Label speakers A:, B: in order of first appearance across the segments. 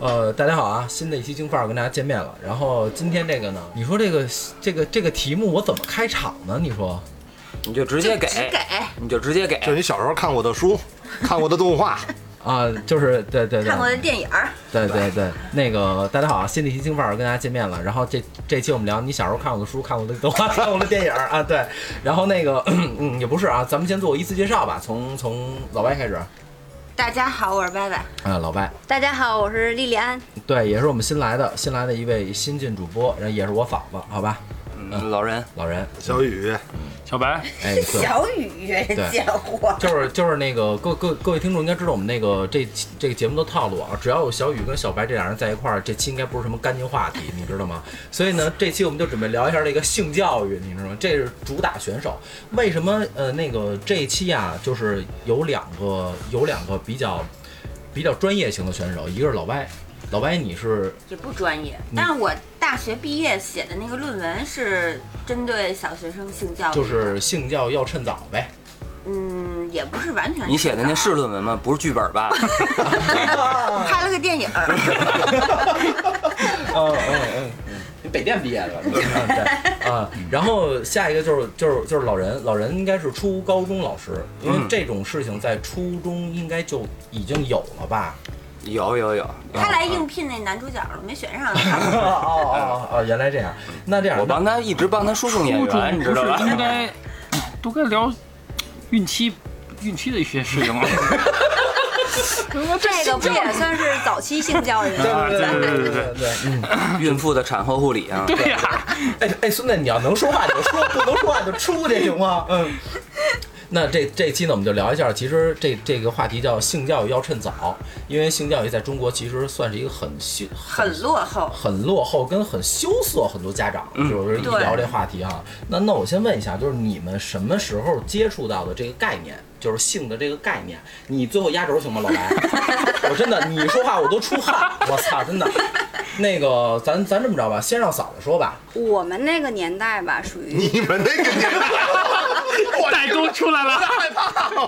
A: 呃，大家好啊，新的一期京范儿跟大家见面了。然后今天这个呢，你说这个这个这个题目我怎么开场呢？你说
B: 你就直接给，
C: 只给
B: 你就直接给，
D: 就是你小时候看过的书，看过的动画，
A: 啊、就是对对对，
C: 看过的电影儿，
A: 对对对，那个大家好啊，新的一期京范儿跟大家见面了。然后这这期我们聊你小时候看过的书、看过的动画、看过的电影儿啊，对。然后那个 嗯也不是啊，咱们先做一次介绍吧，从从老白开始啊，
C: 大家好，我是歪歪。
A: 老白。
C: 大家好，我是莉莉安。
A: 对，也是我们新来的新来的一位新晋主播，然后也是我嫂子，好吧，
B: 嗯老人
A: 老人，
D: 小雨，
E: 小白，
A: 哎，对。
C: 雨，
A: 对
C: 人家伙，
A: 就是就是那个各各各位听众应该知道我们那个这期这个节目的套路啊，只要有小雨跟小白这俩人在一块儿，这期应该不是什么干净话题，你知道吗？所以呢，这期我们就准备聊一下这个性教育，你知道吗？这是主打选手。为什么呃那个这一期啊，就是有两个有两个比较比较专业型的选手，一个是老歪，老歪你是
C: 也不专业。
B: 嗯
C: 但是我大学毕业写的那个论文是针对小学生性教育，
A: 就是性教要趁早呗，
C: 嗯，也不是完全。
B: 你写的那是论文吗？不是剧本吧？
C: 拍了个电影 儿，
B: 啊
A: 嗯嗯嗯，你北电毕业的，嗯对啊。然后下一个就是就是就是老人，老人应该是初高中老师，因为这种事情在初中应该就已经有了吧？
B: 有有有，
C: 他来应聘那男主角了，没选 上。
B: 嗯
A: 哦哦哦哦，原来这样。那这样，
B: 我帮他一直帮他输送演
E: 初
B: 员，
E: 中
B: 你
E: 不
B: 知道吧
E: 是？应该都该聊孕期孕期的一些事 情吗？
C: 这个不也算是早期性 教育
E: 吗
A: 啊对对
E: 对
A: 对
E: 对对
A: 对，嗯，
B: 孕妇的产后护理啊，
E: 对呀、
A: 哎哎，孙子，你要能说话你就说，不能说话你就出去行吗？嗯。那这这期呢，我们就聊一下，其实这这个话题叫性教育要趁早，因为性教育在中国其实算是一个很新很
C: 很落后。
A: 很落后跟很羞涩，很多家长就是一
C: 对
A: 聊这话题哈、那那我先问一下，就是你们什么时候接触到的这个概念，就是性的这个概念？你最后压轴行吗，老白？我真的，你说话我都出汗，我操，真的。那个，咱咱这么着吧，先让嫂子说吧。
F: 我们那个年代吧，属于
D: 你们那个年
E: 代沟出来了，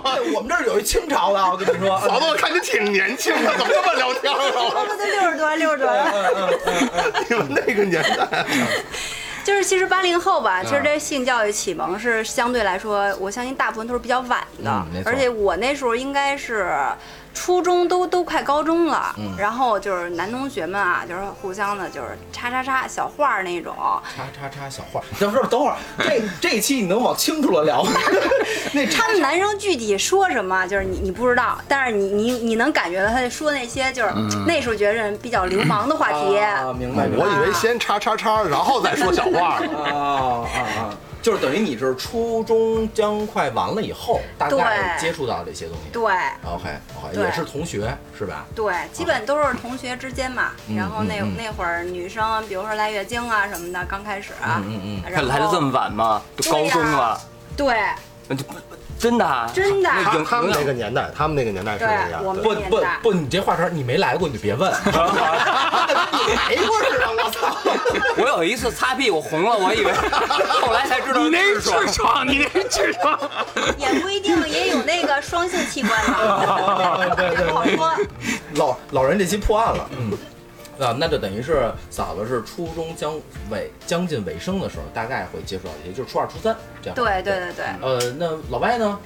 A: 哎我们这儿有一清朝的，我跟你说。
D: 嫂子，我看你挺年轻的，怎么这么聊天
C: 他
D: 啊？
C: 们都六十多，六十多了。
D: 你们那个年代，
F: 就是其实八零后
A: 啊
F: 吧，其实这性教育启蒙是相对来说，我相信大部分都是比较晚的
A: 嗯没，错
F: 而且我那时候应该是。初中都都快高中了，
A: 嗯
F: 然后就是男同学们啊，就是互相的，就是叉叉叉小画儿那种，
A: 叉叉叉小画， 等会儿等会儿，这这一期你能往清楚了聊吗？那叉
F: 他们男生具体说什么，就是你你不知道，但是你你你能感觉到他说那些就是、那时候觉得比较流氓的话题，
A: 嗯啊，明白明白
D: 我。以为先叉叉叉，然后再说小话呢。
A: 啊啊啊！就是等于你是初中将快完了以后，大概
F: 对
A: 接触到这些东西。
F: 对
A: OK，好，
F: 对
A: 也是同学是吧？
F: 对，基本都是同学之间嘛。
A: 嗯
F: 然后那、
A: 嗯嗯
F: 那会儿女生，比如说来月经啊什么的，刚开始、啊，
A: 嗯嗯
F: 然
B: 他
F: 后
B: 来的这么晚吗？都高中了，
F: 对
B: 那就不真的啊
F: 真的
B: 那
D: 他
B: 影
D: 他们那
B: 影
D: 个年代，他们那个年代是
F: 对
D: 这样
F: 我们
D: 的。
A: 不
F: 年
A: 不
F: 代
A: 不，你这话茬儿你没来过你就别 问。
D: 没味儿啊！我操！
B: 我有一次擦屁股红了，我以为，后来才知道
E: 你那
B: 是
E: 是痔
B: 痔
E: 疮，你那是痔疮。
F: 也不一定，也有那个双性器官嘛，不好说。
A: 老老人这期破案了，嗯。啊，那就等于是嫂子是初中将尾将近尾声的时候，大概会接触到一些，就是初二、初三这样。
F: 对对对对，
A: 呃，那老外呢？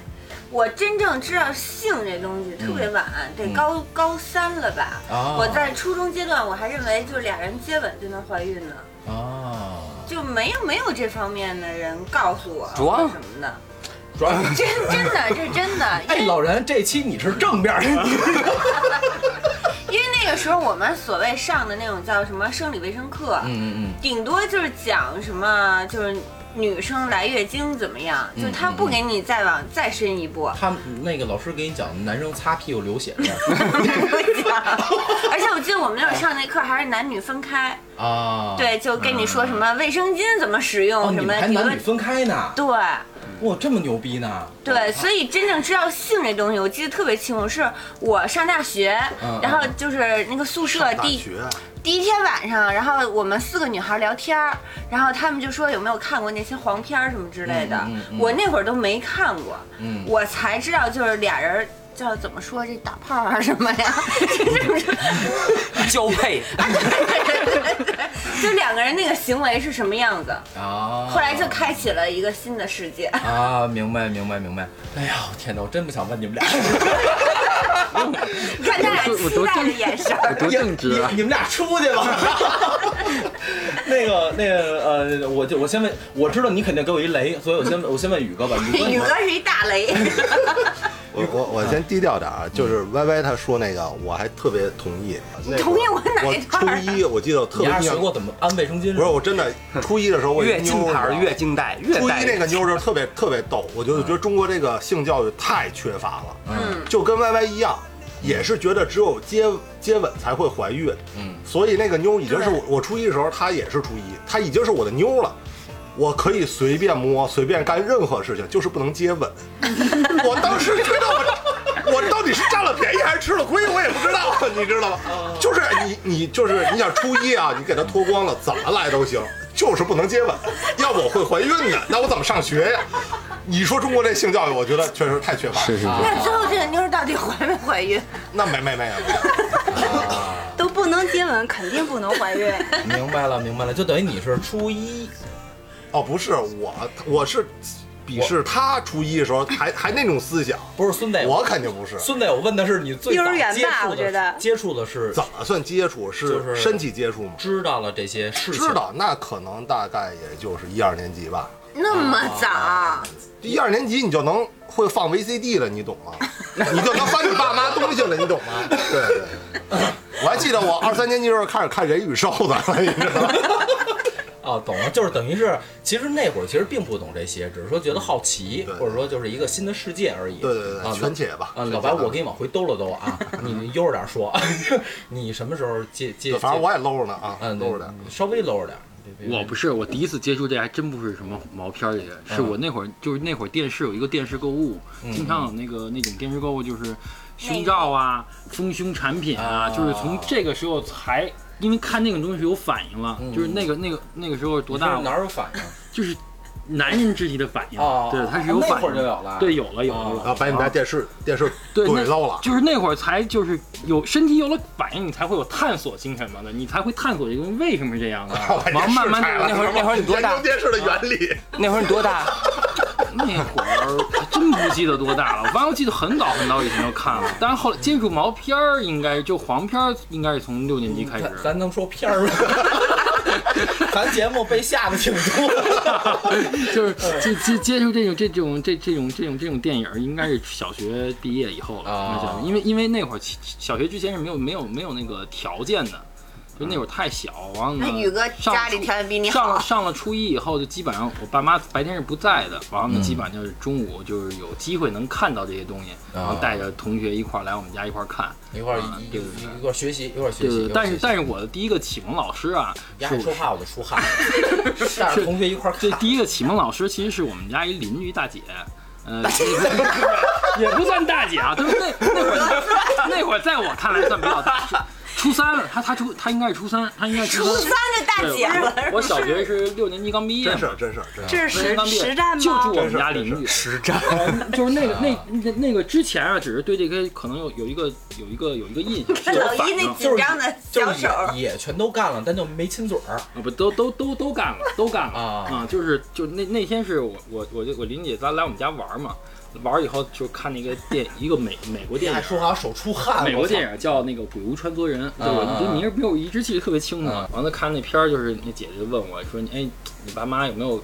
C: 我真正知道性这东西特别晚，得高、高三了吧？
A: 啊
C: 我在初中阶段，我还认为就是俩人接吻就能怀孕呢，
A: 啊，
C: 就没有没有这方面的人告诉我
B: 主要
C: 什么的，
A: 主要
C: 真真的这是真的，
A: 哎，老人这期你是正面儿，
F: 嗯
C: 因为那个时候我们所谓上的那种叫什么生理卫生课，
A: 嗯嗯
C: 顶多就是讲什么就是女生来月经怎么样，就他不给你再往再深一步
A: 嗯，。他们那个老师给你讲男生擦屁股流血这样。
C: 而且我记得我们那会儿上那课还是男女分开，
A: 啊，
C: 对，就跟你说什么卫生巾怎么使
A: 哦，
C: 用，
A: 你
C: 什么
A: 们还
C: 比如
A: 男女分开呢？
C: 对
A: 哇，这么牛逼呢？
C: 对，所以真正知道性这东西，我记得特别清楚，是我上大学
A: 嗯，
C: 然后就是那个宿舍
D: 大
C: 第
D: 学，
C: 第一天晚上，然后我们四个女孩聊天儿，然后她们就说有没有看过那些黄片儿什么之类的
A: 嗯嗯嗯，
C: 我那会儿都没看过，
A: 嗯
C: 我才知道就是俩人。叫怎么说这打炮啊什么呀，
B: 交配，
E: 哎
C: 就两个人那个行为是什么样子，
A: 啊，
C: 后来就开启了一个新的世 界。
A: 啊，明白明白明白。哎呀，我天哪，我真不想问你们俩，
C: 你看他俩
E: 我
C: 期
E: 多
C: 待的
E: 正
C: 眼神儿，
E: 我多正直啊
A: 你！你们俩出去 吧。那个那个呃，我就我先问，我知道你肯定给我一雷，所以我 先我先问宇哥吧。宇哥，你
C: 宇
A: 们
C: 哥是一大雷，
D: 我我我先低调点啊，就是 Y Y 他说那个，我还特别同意。那个
C: 同意我哪一段
D: 我
C: 儿啊
D: 初一我记得我特
A: 你
D: 别
A: 还
D: 印
A: 是学
D: 象，
A: 过怎么安卫生巾？
D: 不是，我真的初一的时候我一
B: 越
D: 妞
B: 金牌儿
D: 你知道吗
B: 越金带，越
D: 初
B: 带
D: 一那个妞儿就特别特别逗，我觉得觉得中国这个性教育太缺乏了，
A: 嗯
D: 就跟 Y Y 一样，也是觉得只有接接吻才会怀孕，
A: 嗯，
D: 所以那个妞已经是
C: 对
D: 我我初一的时候，她也是初一，她已经是我的妞了。我可以随便摸，随便干任何事情，就是不能接吻。我当时觉得我，我到底是占了便宜还是吃了亏，我也不 知道，你知道吗？就是你你就是你想初一啊，你给她脱光了，怎么来都行，就是不能接吻，要不我会怀孕的，那我怎么上学呀？你说中国这性教育，我觉得确实太缺乏了。啊
E: 是是 是，
C: 那最后这个妞儿到底怀没怀孕？
D: 那没没没有，
F: 都不能接吻，肯定不能怀孕。
A: 明白了明白了，就等于你是初一
D: 哦，不是我，我是鄙视他初一的时候还还那种思想，
A: 不是孙子，
D: 我肯定不是。
A: 孙子，我问的是你最早
F: 幼儿园吧
A: 接触的
F: 我觉得
A: 接触的是
D: 怎么算接触？
A: 就是
D: 是身体接触吗？
A: 知道了这些事情，
D: 知道，那可能大概也就是一二年级吧。
C: 那么
A: 哦
C: 早？
D: 一二年级你就能会放 VCD 了，你懂 吗？你就能翻你爸妈东西了，你懂吗？对对对。我还记得 我二三年级时候开始看《人与兽》的，你知道吗？
A: 哦，懂了，就是等于是，其实那会儿其实并不懂这些，只是说觉得好奇，
D: 对
A: 或者说就是一个新的世界而已。
D: 对对对
A: 啊，
D: 全且吧
A: 啊，
D: 全
A: 老
D: 且
A: 白，
D: 吧
A: 我给你往回兜了兜啊， 你悠着点说， 你什么时候接接？
D: 反正我
A: 接
D: 也搂着呢啊，
A: 嗯，
D: 搂着点。
A: 你稍微搂着点。别别
E: 我不是我第一次接触这还真不是什么毛片儿这个，是我那会儿就是那会儿电视有一个电视购物，经常有那个嗯那种电视购物就是胸罩啊、丰胸产品啊，
A: 啊
E: 就是从这个时候才。因为看那个东西有反应了，
A: 嗯
E: 就是那个那个那个时候多
A: 你
E: 大
A: 是？哪有反应？
E: 就是男人肢体的反应，
A: 哦
E: 对，它是有
A: 那
E: 反
A: 会
E: 应
A: 儿就有了
E: 对，有了有了
A: 哦
E: 有了。
D: 啊，把你们家电视电视
E: 对，
D: 怼
E: 那
D: 漏了。。
E: 就是那会儿才就是有身体有了反应，你才会有探索精神嘛的，你才会探索这个东西为什么这样啊 然后慢慢的
B: 那会儿那会儿你多大
D: 研究电视的原理，
B: 那会儿你多大？啊
E: 那会儿还真不记得多大了，反正我记得很早很早以前就看了，但是后来接触毛片儿应该就黄片儿应该是从六年级开始
A: 咱。咱能说片儿吗？ 咱节目被吓得挺多的。
E: 就是接接接触这种这种这这种这种这种电影儿，应该是小学毕业以后
A: 啊
E: 了。应该是因为因为那会儿其小学之前是没有没有没有那个条件的，就那会儿太小。然后呢
C: 那宇哥
E: 上
C: 家里
E: 初
C: 条件比你
E: 上了
C: 好，
E: 上了初一以后，就基本上我爸妈白天是不在的，然后呢，基本上就是中午就是有机会能看到这些东西，然后带着同学一块儿来我们家一块儿看。
A: 一块儿
E: 啊
A: 一
E: 对
A: 一一块儿学习，一块儿学
E: 对
A: 习。
E: 对
A: 一块儿
E: 对，但是
A: 学习
E: 但是我的第一个启蒙老师啊，
A: 呀，
E: 是我
A: 说话我就出 汗，但是同学一块儿
E: 这
A: 看。
E: 第一个启蒙老师其实是我们家一邻居大姐，呃，也不算大姐啊，就是那那会儿那会儿在我看来算比较大，是初三了，她她初她应该是初三，她应该是
C: 初三的大姐
E: 对
C: 了，
E: 我我小学是六年级刚毕业
D: 真
E: 嘛
D: 事，儿，真事儿，真事
F: 这是
E: 六年级刚
F: 实
E: 毕业
F: 实战
E: 就
F: 吗
E: 住？我们家邻居，呃
B: 实战。
E: 就是那个那那那个之前啊，只是对这个可能有有一个有一个有一个印象， 是有
C: 老
E: 反
C: 一
E: 应
C: 那
E: 啊，
A: 就
C: 紧
A: 是
C: 张的
A: 就
C: 小
A: 是
C: 手，
A: 也也全都干了，但就没亲嘴儿。
E: 啊不都都都都干了，都干了
A: 啊
E: 就是就那那天是我我我就我林姐咱来我们家玩嘛，玩以后就看那个电一个美美国电
A: 还
E: 影。
A: 哎说话手出汗，
E: 美国
A: 影。
E: 电影叫那个《鬼屋穿梭人》，就
A: 啊
E: 我对名儿没有一直记得特别清楚
A: 啊。
E: 完了看那片儿，就是那姐姐就问我说：“你哎，你爸妈有没有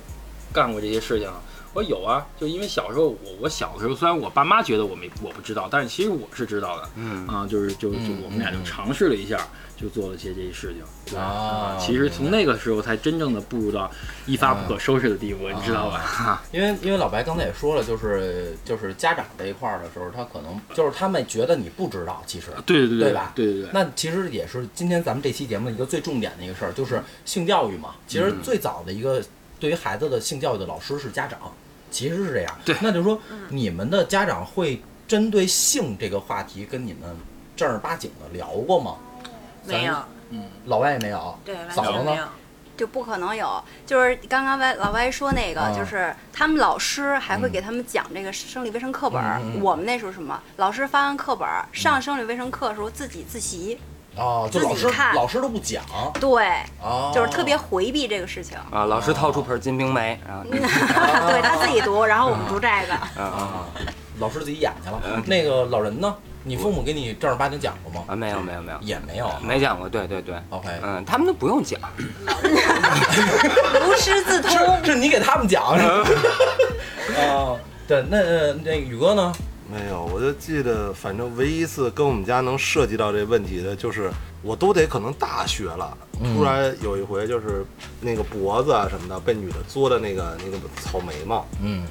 E: 干过这些事情啊？”我说有啊，就因为小时候我我小的时候，虽然我爸妈觉得我没我不知道，但是其实我是知道的。
B: 嗯，
E: 啊，就是就就
A: 嗯
E: 我们俩就尝试了一下，就做了些这些事情。对
A: 啊
E: 其实从那个时候才真正的步入到一发不
A: 嗯
E: 可收拾的地步，你知道吧？哈，
A: 因为因为老白刚才也说了，就是就是家长这一块儿的时候，他可能就是他们觉得你不知道，其实。
E: 对对
A: 对
E: 对
A: 吧
E: 对对对。
A: 那其实也是今天咱们这期节目一个最重点的一个事儿，就是性教育嘛。其
E: 嗯
A: 实最早的一个对于孩子的性教育的老师是家长，其实是这样。
E: 对
A: 那就是说
C: 嗯
A: 你们的家长会针对性这个话题跟你们正儿八经的聊过吗？
C: 没有，
A: 老外也没有，
C: 对，完
A: 嫂子
C: 全没
A: 呢？
C: 有。
F: 就不可能有。就是刚刚歪老歪说那个，
A: 啊嗯
F: 就是他们老师还会给他们讲这个生理卫生课本儿。
A: 嗯嗯嗯嗯
F: 我们那时候什么，老师发完课本儿，上生理卫生课的时候自己自习，
A: 哦，就
F: 自己
A: 老师
F: 看
A: 老师都不讲，
F: 对，
A: 哦，
F: 就是特别回避这个事情。
B: 啊，老师掏出盆金瓶梅，啊然
A: 哦
B: 后
F: 对他自己读，然后我们读这个。
A: 啊，老师自己演去了。那个老人呢？你父母给你正儿八经讲过吗？
B: 啊，没有没有没有，
A: 也没有。
B: 没讲过，对对对
E: 哦
A: OK
E: 哎
B: 嗯，他们都不用讲，
F: 无师自通。
A: 是是你给他们讲是吧？ 哦，对，那呃那宇哥呢？
D: 没有，我就记得，反正唯一一次跟我们家能涉及到这问题的，就是我都得可能大学了，突然有一回就是那个脖子啊什么的被女的嘬的那个那个草莓嘛，
A: 嗯，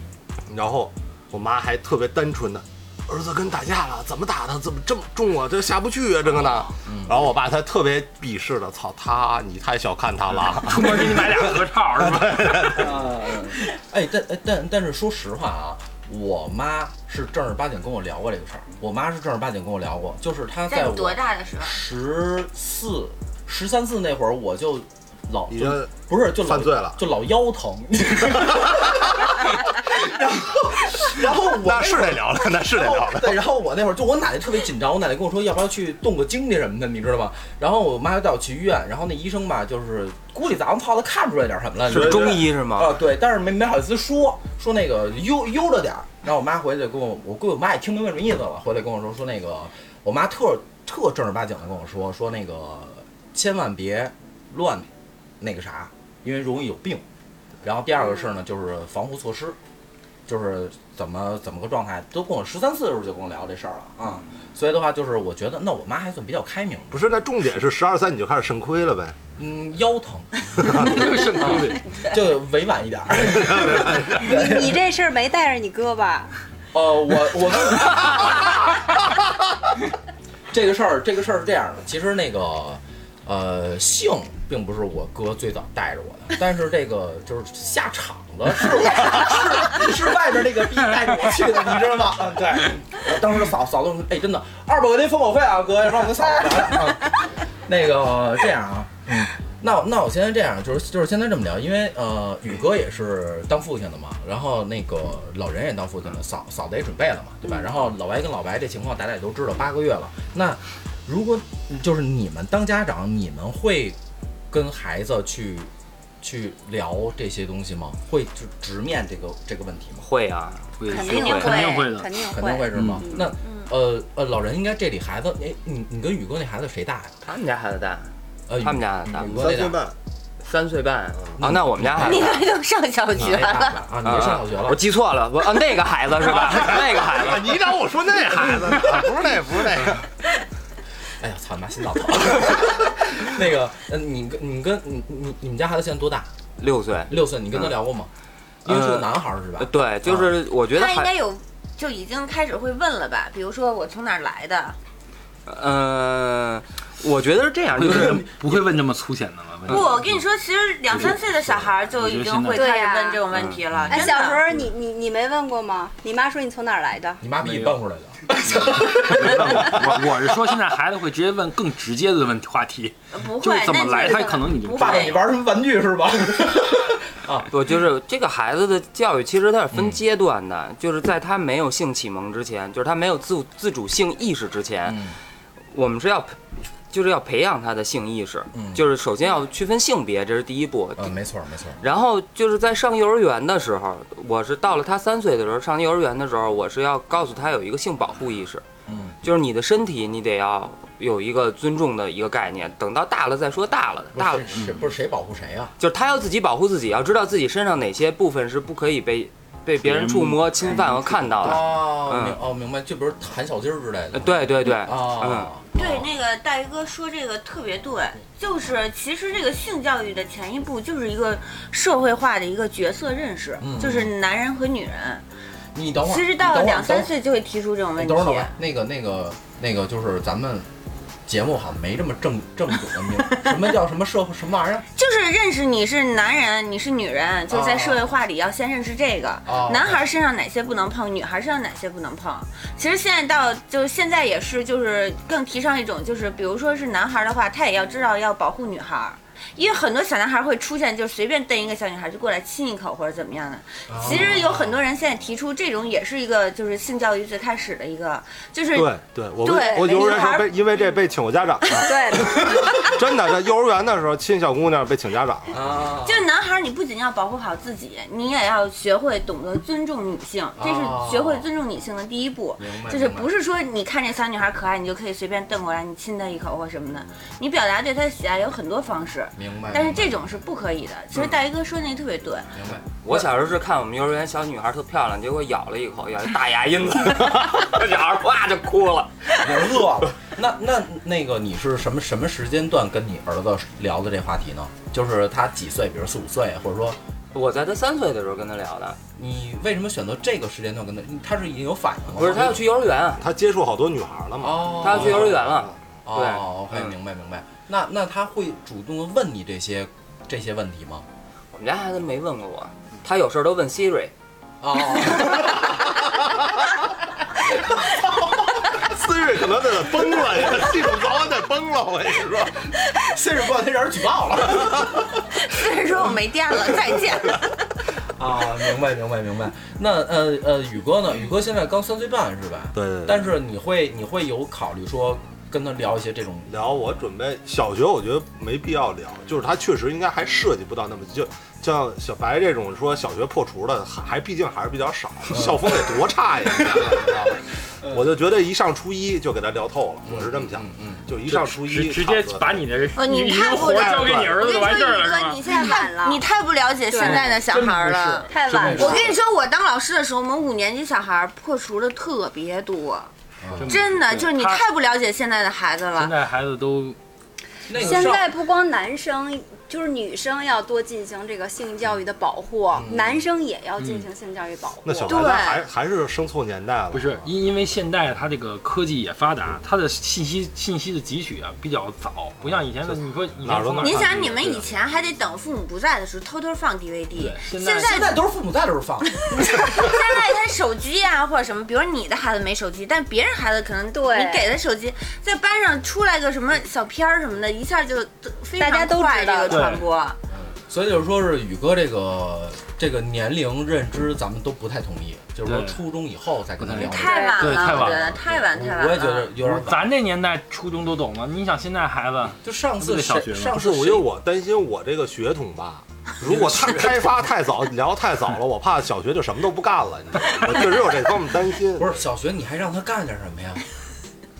D: 然后我妈还特别单纯的，儿子跟打架了，怎么打的？怎么这么重啊？这下不去啊，这个呢。然后我爸他特别鄙视的，操他，你太小看他了。
E: 出门给你买俩核桃 是吧？
A: 哎，但哎但但是说实话啊，我妈是正儿八经跟我聊过这个事儿。我妈是正儿八经跟我聊过，就是她
C: 在
A: 我
C: 你多大的时候？
A: 十四、十三四那会儿，我就老
D: 你
A: 就
D: 这
A: 不是就老
D: 犯罪了
A: 就老腰 疼。然后，然后我
D: 那是得聊了，那是得聊 了。
A: 对，然后我哎那会儿就我奶奶特别紧张，我奶奶跟我说要不要去动个经济什么的，你知道吗？然后我妈就带我去医院，然后那医生吧，就是估计咱们操的看出来点什么了，
B: 是
A: 你知道吗
B: 中医是吗？
A: 啊，对，但是没没好意思说说那个悠悠着点儿。然后我妈回来就跟我，我估计我妈也听明白什么意思了，回来跟我说说那个，我妈特特正儿八经的跟我说说那个千万别乱那个啥，因为容易有病。然后第二个事儿呢，就是防护措施，就是怎么怎么个状态，都跟我十三四的时候就跟我聊这事儿了啊、所以的话，就是我觉得那我妈还算比较开明，
D: 不是，那重点是十二三你就开始肾亏了呗？
A: 嗯，腰疼，
E: 肾亏的。
A: 就委婉一点儿。
F: 你你这事儿没带着你哥吧？
A: 呃，我我跟 这个事儿，这个事儿是这样的，其实那个呃性并不是我哥最早带着我的，但是这个就是下场了，是我是是外边那个逼带着我去的，你知道吗？嗯，对，我当时嫂嫂子说，哎，真的二百块钱封口费啊，哥，要不然我跟嫂子来了。 嗯那个这样啊，嗯。那那我现在这样，就是就是现在这么聊，因为呃，宇哥也是当父亲的嘛，然后那个老人也当父亲了，嫂嫂子也准备了嘛，对吧？然后老白跟老白这情况大家也都知道，八个月了。那如果就是你们当家长，你们会跟孩子去去聊这些东西吗？会就直面这个这个问题吗？
B: 会啊，会
F: 肯
B: 学
F: 定
B: 会
F: 会，
E: 肯定会的
F: 肯定
A: 肯定会
F: 会。
A: 是吗？那呃呃，老人应该这里孩子，哎，你你跟宇哥那孩子谁大呀？
B: 他们家孩子大，
A: 呃，宇
B: 他们家大
A: 宇哥
D: 三
A: 那
D: 岁
A: 大。
D: 半，
B: 三岁半啊，那我们家孩子
C: 你
B: 大。
C: 们都上小
A: 你
C: 学
A: 那大
C: 了，
A: 吧啊，你这上小学了
B: 我，记错了，我啊那个孩子是吧？ 那个孩
D: 啊
B: 子，
D: 你让我说那孩子 呢，不是那，不是那个。
A: 哎呀，操，妈心脏疼。 那个，呃，你跟你跟你你你们家孩子现在多大？
B: 六岁，
A: 六岁，你跟他聊过吗？因
B: 嗯
A: 为是个男孩儿是吧
B: 呃？对，就是我
A: 哎
B: 觉得
C: 他应
B: 还
C: 该有就已经开始会问了吧？比如说我从哪儿来的，
B: 嗯，我觉得是这样，
E: 会
B: 就是
E: 问不会问这么粗浅的了？问
A: 嗯
C: 不，我跟你说，其实两三岁的小孩儿就已经会开始问这种问题了。
A: 嗯
F: 哎，
C: 真的
F: 小时候你你你没问过吗？你妈说你从哪儿来的？
A: 你妈逼你蹦出来的。
E: 我我是说，现在孩子会直接问更直接的问题话题，
C: 呃不
E: 就
C: 会
E: 是，怎么
C: 那
E: 来
C: 这个
E: 他可能你就
C: 不
E: 知道
A: 爸爸，
C: 会
A: 你。玩什么玩具是吧？
B: 不就是这个孩子的教育，其实它是分阶段的，就是在他没有性启蒙之前，就是他没有自自主性意识之前，
A: 嗯
B: 我们是要。就是要培养他的性意识，
A: 嗯
B: 就是首先要区分性别，这是第一步。
A: 嗯，没错儿没错儿。
B: 然后就是在上幼儿园的时候，我是到了他三岁的时候，上幼儿园的时候，我是要告诉他有一个性保护意识，
A: 嗯，
B: 就是你的身体你得要有一个尊重的一个概念，等到大了再说大了的，
A: 不
B: 大了
A: 是谁不是谁保护谁啊？
B: 就是他要自己保护自己，要知道自己身上哪些部分是不可以被被别人触摸、侵犯和看到的。
A: 哦
B: 嗯
A: 明哦明白，就比如弹小鸡儿之类的。
B: 呃对对对，嗯，
A: 哦，
C: 对，那个大鱼哥说这个特别对，就是其实这个性教育的前一步就是一个社会化的一个角色认识，
A: 嗯
C: 就是男人和女人。
A: 你等会儿，
C: 其实
A: 你
C: 到了
A: 等会儿
C: 两三，岁就会提出这种
A: 你
C: 问题
A: 等会儿。你等会儿，那个那个那个，就是咱们节目好像没这么正正经的名，什么叫什么社会什么玩意儿？
C: 就是认识你是男人，你是女人，就是在社会化里要先认识这个，
A: 哦
C: 男孩身上哪些不能碰，女孩身上哪些不能碰。其实现在到就是现在也是，就是更提倡一种，就是比如说是男孩的话，他也要知道要保护女孩，因为很多小男孩会出现，就是随便瞪一个小女孩就过来亲一口或者怎么样的。其实有很多人现在提出这种也是一个就是性教育最开始的一个，就是
D: 对对，我
C: 对
D: 我
C: 女
D: 幼儿园时候
C: 孩
D: 被因为这被请过家长了，
C: 对，
D: 真的，在幼儿园的时候亲小姑娘被请家长了。
B: 啊，
C: 就是男孩，你不仅要保护好自己，你也要学会懂得尊重女性，这是学会尊重女性的第一步
A: 哦明。白
C: 就是
A: 明白
C: 不是说你看这小女孩可爱，你就可以随便瞪过来，你亲她一口或什么的。你表达对她的喜爱有很多方式，
A: 明白。
C: 但是
A: 明白
C: 这种是不可以的。其
A: 嗯
C: 实大鱼哥说那特别对，
A: 明白。
B: 我小时候是看我们幼儿园小女孩特漂亮，结果咬了一口，咬一大牙 印子， 小孩哗就哭了。
A: 我乐了。 那那那个你是什么什么时间段跟你儿子聊的这话题呢？就是他几岁，比如四五岁，或者说
B: 我在他三岁的时候跟他聊的，
A: 哦你为什么选择这个时间段跟他？你他是已经有反应了吗？
B: 不是他要去幼儿园，啊
D: 她接触好多女孩了嘛，
A: 哦，
B: 他要去幼儿园 了。对
A: 哦，OK，
B: 嗯
A: 明白明白。那那他会主动的问你这些这些问题吗？
B: 我们家孩子没问过我，他有事儿都问 Siri。
A: 哦，
D: 思睿可能得崩了 呀，系统早晚得崩了，我跟你说。
A: 甚至过两天让人举报了。
C: 虽然说我没电了，再见。
A: 啊，明白明白明白。那呃呃，宇哥呢？宇哥现在刚三岁半是吧？
D: 对对对
A: 但是你会你会有考虑说跟他聊一些这种
D: 聊，我准备小学，我觉得没必要聊，就是他确实应该还涉及不到那么就像小白这种说小学破除的，还还毕竟还是比较少，
E: 嗯
D: 校风得多差呀！你知道吗 我就觉得一上初一就给他聊透了，我是这么想的，
E: 嗯
D: 就一上初一
E: 直直接
D: 差不多
E: 把你的
C: 哦你
E: 你你
C: 看
E: 的
C: 不
E: 活
C: 了
E: 交给你儿
C: 我
E: 子
C: 跟
E: 就
C: 你说，宇
E: 完事儿了，是
C: 哥，
E: 吗
C: 你？现在晚了，你太不了解现在的小孩了。
F: 太晚
A: 真
F: 了
A: 没
C: 我。跟你说，我当老师的时候，我们五年级小孩破除的特别多，
A: 嗯
C: 真的就是你
E: 嗯他
C: 太不了解现在的孩子
E: 现
C: 了。
E: 在孩子都
A: 那个
F: 现
A: 上
F: 在不光男生，就是女生要多进行这个性教育的保护，男生也要进行性教育保护。
D: 那小
C: 对
D: 孩子还还是生错年代了，啊
E: 不是因因为现在它这个科技也发达，它的信息信息的汲取啊比较早，不像以前的你说以前
D: 哪儿都
E: 从
D: 能
E: 儿
C: 你
E: 看
C: 想，你们以前还得等父母不在的时候偷偷放 DVD，
E: 现
C: 现
E: 在
C: 在
A: 现
C: 现在
A: 在都是父母在的时候放的。
C: 他手机呀、或者什么，比如你的孩子没手机，但别人孩子可能
F: 对
C: 你给的手机，在班上出来个什么小片儿什么的，一下就非
F: 大家
C: 常
F: 都
C: 快
F: 知
C: 这
F: 道
C: 个
E: 对
C: 传播。
A: 所以就是说是宇哥这个这个年龄认知，咱们都不太同意，就是说
E: 对
A: 初中以后再跟他聊。
C: 太晚
E: 对
C: 了，
E: 太
C: 我觉
E: 晚
C: 得
E: 了
C: 太晚太晚了。
A: 我也觉得有点晚。
E: 咱这年代初中都懂了，你想现在孩子
A: 就上
E: 不
A: 次
E: 得小
A: 谁
E: 学吗
A: 上
D: 不是，
A: 次
D: 我因为
A: 谁
D: 我担心我这个血统 吧，如果他开发太早，聊太早了，我怕小学就什么都不干了，你知道吗？我确实有这方面担心。
A: 不是小学，你还让他干点什么呀？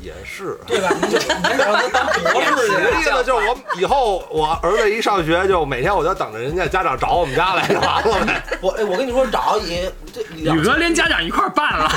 D: 也是，
A: 对吧？你就你还让他当博士
D: 我的
A: 去？
D: 意思就是我以后我儿子一上学就每天我就等着人家家长找我们家来就完了呗。
A: 我哎，我跟你说，找你这
E: 宇哥连家长一块儿办了，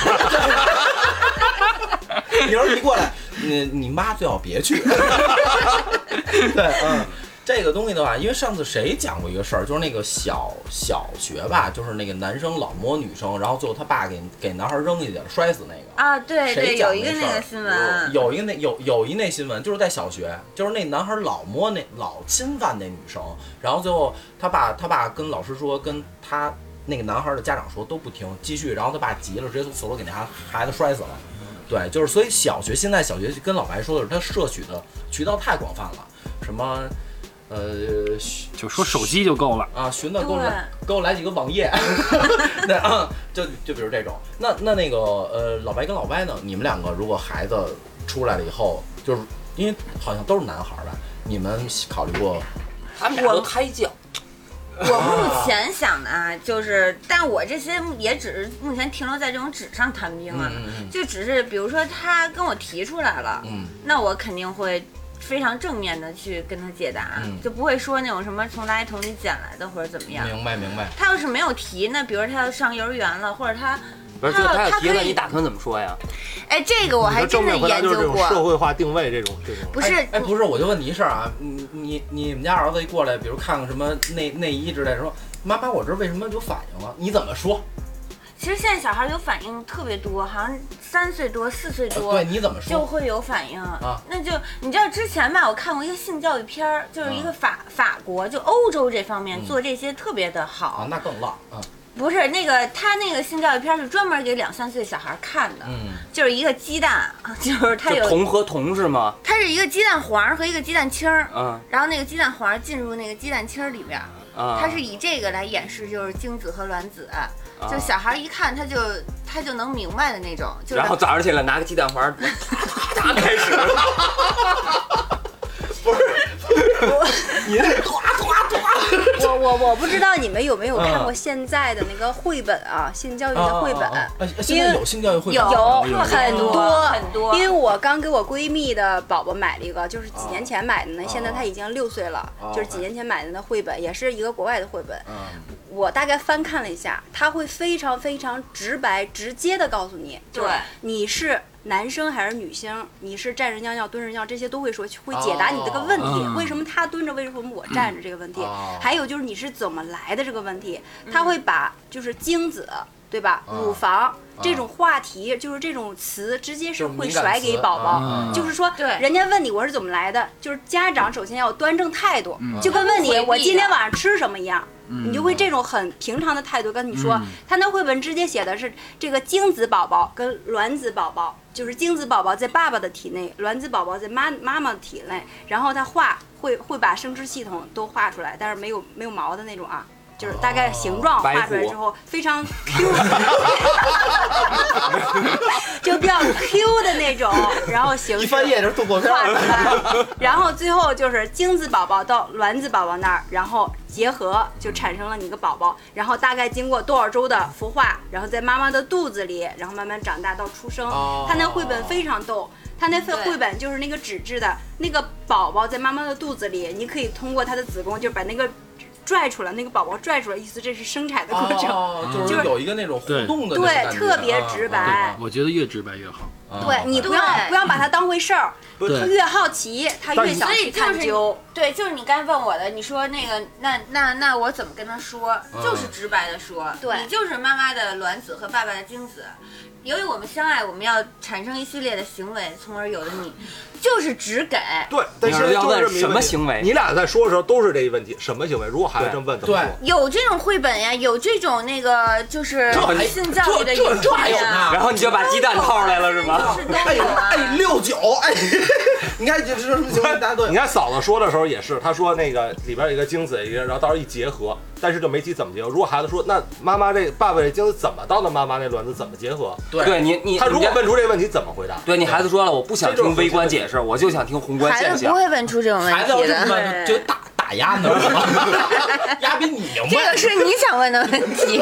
A: 你儿一过来，你你妈最好别去。 对，嗯，这个东西的话，因为上次谁讲过一个事儿，就是那个小小学吧，就是那个男生老摸女生，然后最后他爸给给男孩扔下去了，摔死那个。
C: 啊，对
A: 谁
C: 对，
A: 讲
C: 有一个
A: 那
C: 那
A: 事儿
C: 个新闻，
A: 有一个那有有一那新闻，就是在小学，就是那男孩老摸那老侵犯那女生，然后最后他爸他爸跟老师说，跟他那个男孩的家长说都不听，继续，然后他爸急了，直接从厕所给那孩孩子摔死了。对，就是所以小学现在小学跟老白说的是，他摄取的渠道太广泛了，什么呃学
E: 就说手机就够了。
A: 啊，寻的给我来给我来几个网页，对啊，就就比如这种。那那那个呃，老白跟老歪呢，你们两个如果孩子出来了以后，就是因为好像都是男孩儿吧，你们考虑过
B: 他们俩都胎教，
C: 我目前想的啊，就是，但我这些也只是目前停留在这种纸上谈兵啊，
A: 嗯嗯嗯
C: 就只是比如说他跟我提出来了，
A: 嗯
C: 那我肯定会非常正面的去跟他解答，
A: 嗯
C: 就不会说那种什么从垃圾桶里捡来的或者怎么样。
A: 明白明白，
C: 他要是没有提，那比如他要上幼儿园了，或者他，
B: 不是就
C: 他
B: 他有
C: 他
B: 提问，
C: 可
B: 你
C: 以，
B: 打算怎么说呀？
C: 哎，这个我还
D: 你就
C: 真
D: 正
C: 的
D: 面回答
C: 研
D: 就是这
C: 究
D: 种社
C: 过，
D: 会化定位这种这种。
C: 不是
A: 哎，哎不是，我就问你一事儿啊，你你你们家儿子一过来，比如看看什么内内衣之类的，说妈妈，我这为什么有反应了？你怎么说？
C: 其实现在小孩有反应特别多，好像三岁多、四岁
A: 呃
C: 多，
A: 对，你怎么
C: 就
A: 说？
C: 会有反应
A: 啊。
C: 那就你知道之前吧，我看过一个性教育片儿，
A: 啊
C: 就是一个法、法国，就欧洲这方面做这些特别
A: 嗯
C: 的
A: 啊
C: 好，。
A: 那更浪啊！
C: 不是那个，他那个性教育片是专门给两三岁小孩看的，
A: 嗯，
C: 就是一个鸡蛋，啊就是它
B: 就
C: 有，
B: 铜和铜是吗？
C: 它是一个鸡蛋黄儿和一个鸡蛋清儿，
B: 嗯
C: 然后那个鸡蛋黄儿进入那个鸡蛋清儿里边儿，
B: 啊，
C: 它是以这个来演示就是精子和卵子，
B: 啊
C: 就小孩一看他就他就能明白的那种，就是
B: 然后早上起来拿个鸡蛋黄儿，啪开始
D: 你那个夸夸夸，
F: 我我我不知道你们有没有看过现在的那个绘本啊，性教育的绘本。
A: 啊，现在有性教育绘本
F: 嗯有
A: 有
F: 很
C: 多
F: 多
C: 很多
F: 因为我刚给我闺蜜的宝宝买了一个，就是几年前买的呢，现在她已经六岁了
A: 哦，
F: 就是几年前买的那绘本，也是一个国外的绘本。
A: 嗯
F: 我大概翻看了一下，他会非常非常直白、直接的告诉你，
C: 对
F: 就是你是男生还是女生，你是站着尿尿、蹲着尿，这些都会说，会解答你这个问题，
E: 哦
F: 为什么他蹲着，为什么我站着这个问题，
A: 哦
F: 还有就是你是怎么来的这个问题，他会把就是精子，对吧，
A: 啊
F: 乳房。这种话题就是这种词，直接是
A: 就是
F: 会
A: 敏感
F: 甩
A: 词
F: 给宝宝
A: 啊，
F: 就是说，
C: 对
F: 人家问你我是怎么来的，就是家长首先要有端正态度，就跟问
C: 不
F: 你
C: 回避
F: 我今天
C: 的
F: 晚上吃什么一样，
A: 嗯
F: 你就会这种很平常的态度跟你说
E: 嗯。
F: 他那绘本直接写的是这个精子宝宝跟卵子宝宝，就是精子宝宝在爸爸的体内，卵子宝宝在妈妈妈的体内，然后他画会会把生殖系统都画出来，但是没有没有毛的那种啊。就是大概形状
B: 白
F: 画出来
B: 虎
F: 之后，非常 Q，就 比较 Q 的那种，然后形式。
A: 一翻页就是动 作片
F: 画出
A: 儿，
F: 来，然后最后就是精子宝宝到卵子宝宝那儿，然后结合就产生了你一个宝宝，然后大概经过多少周的孵化，然后在妈妈的肚子里，然后慢慢长大到出生
A: 哦。
F: 他那绘本非常逗，他那绘
C: 对
F: 绘本就是那个纸质的，那个宝宝在妈妈的肚子里，你可以通过他的子宫就把那个拽出来，那个宝宝拽出来，意思这是生产的过程。
A: 哦，就是有一个那种互动的那种
F: 对
A: 感觉
F: 特别直白
C: 哎
A: 啊
E: 我觉得越直白越好。
A: 啊啊
F: 对你不要
C: 对
F: 不要把它当回事儿，
E: 对
F: 越好奇他
D: 但
F: 越
D: 你
F: 想
C: 所
F: 去
C: 以就
F: 探
C: 是
F: 究。
C: 对，就是你刚才问我的，你说那个那那那我怎么跟他说？
B: 嗯
C: 就是直白的说，
F: 对
C: 你就是妈妈的卵子和爸爸的精子。由于我们相爱，我们要产生一系列的行为，从而有了你，就是只给。
D: 对，但现在
B: 要
D: 就
B: 问
D: 是这么一
B: 什
D: 问
B: 么
D: 题
B: 行为
D: 你俩在说的时候都是这一问题，什么行为？如果孩子这么问，怎么
A: 对
D: 说？
C: 有这种绘本呀，有这种那个就是
A: 这
C: 性教育的影
A: 这还
C: 片
A: 有呢
C: 呀，
B: 然后你就把鸡蛋套出来了是吗？
C: 就是都有啊。
A: 六九，哎，你看这是什么情况？大家都
D: 你看嫂子说的时候也是，她说那个里边有一个精子，一个，然后到时候一结合，但是就没提怎么结合。如果孩子说，那妈妈这爸爸这精子怎么到的妈妈那卵子怎么结合？
B: 对你你
D: 他如果
B: 你
D: 问出这个问题，怎么回答？
B: 对你孩子说了，我不想
D: 这就是
B: 听微观解释，我就想听宏观
C: 孩
B: 现
C: 子不
B: 象。
C: 会问出这种问
A: 孩子要
C: 题
A: 这么
C: 的，
A: 问就打打压呢， 压比你明
C: 这
A: 白
C: 个。是你想问的问题。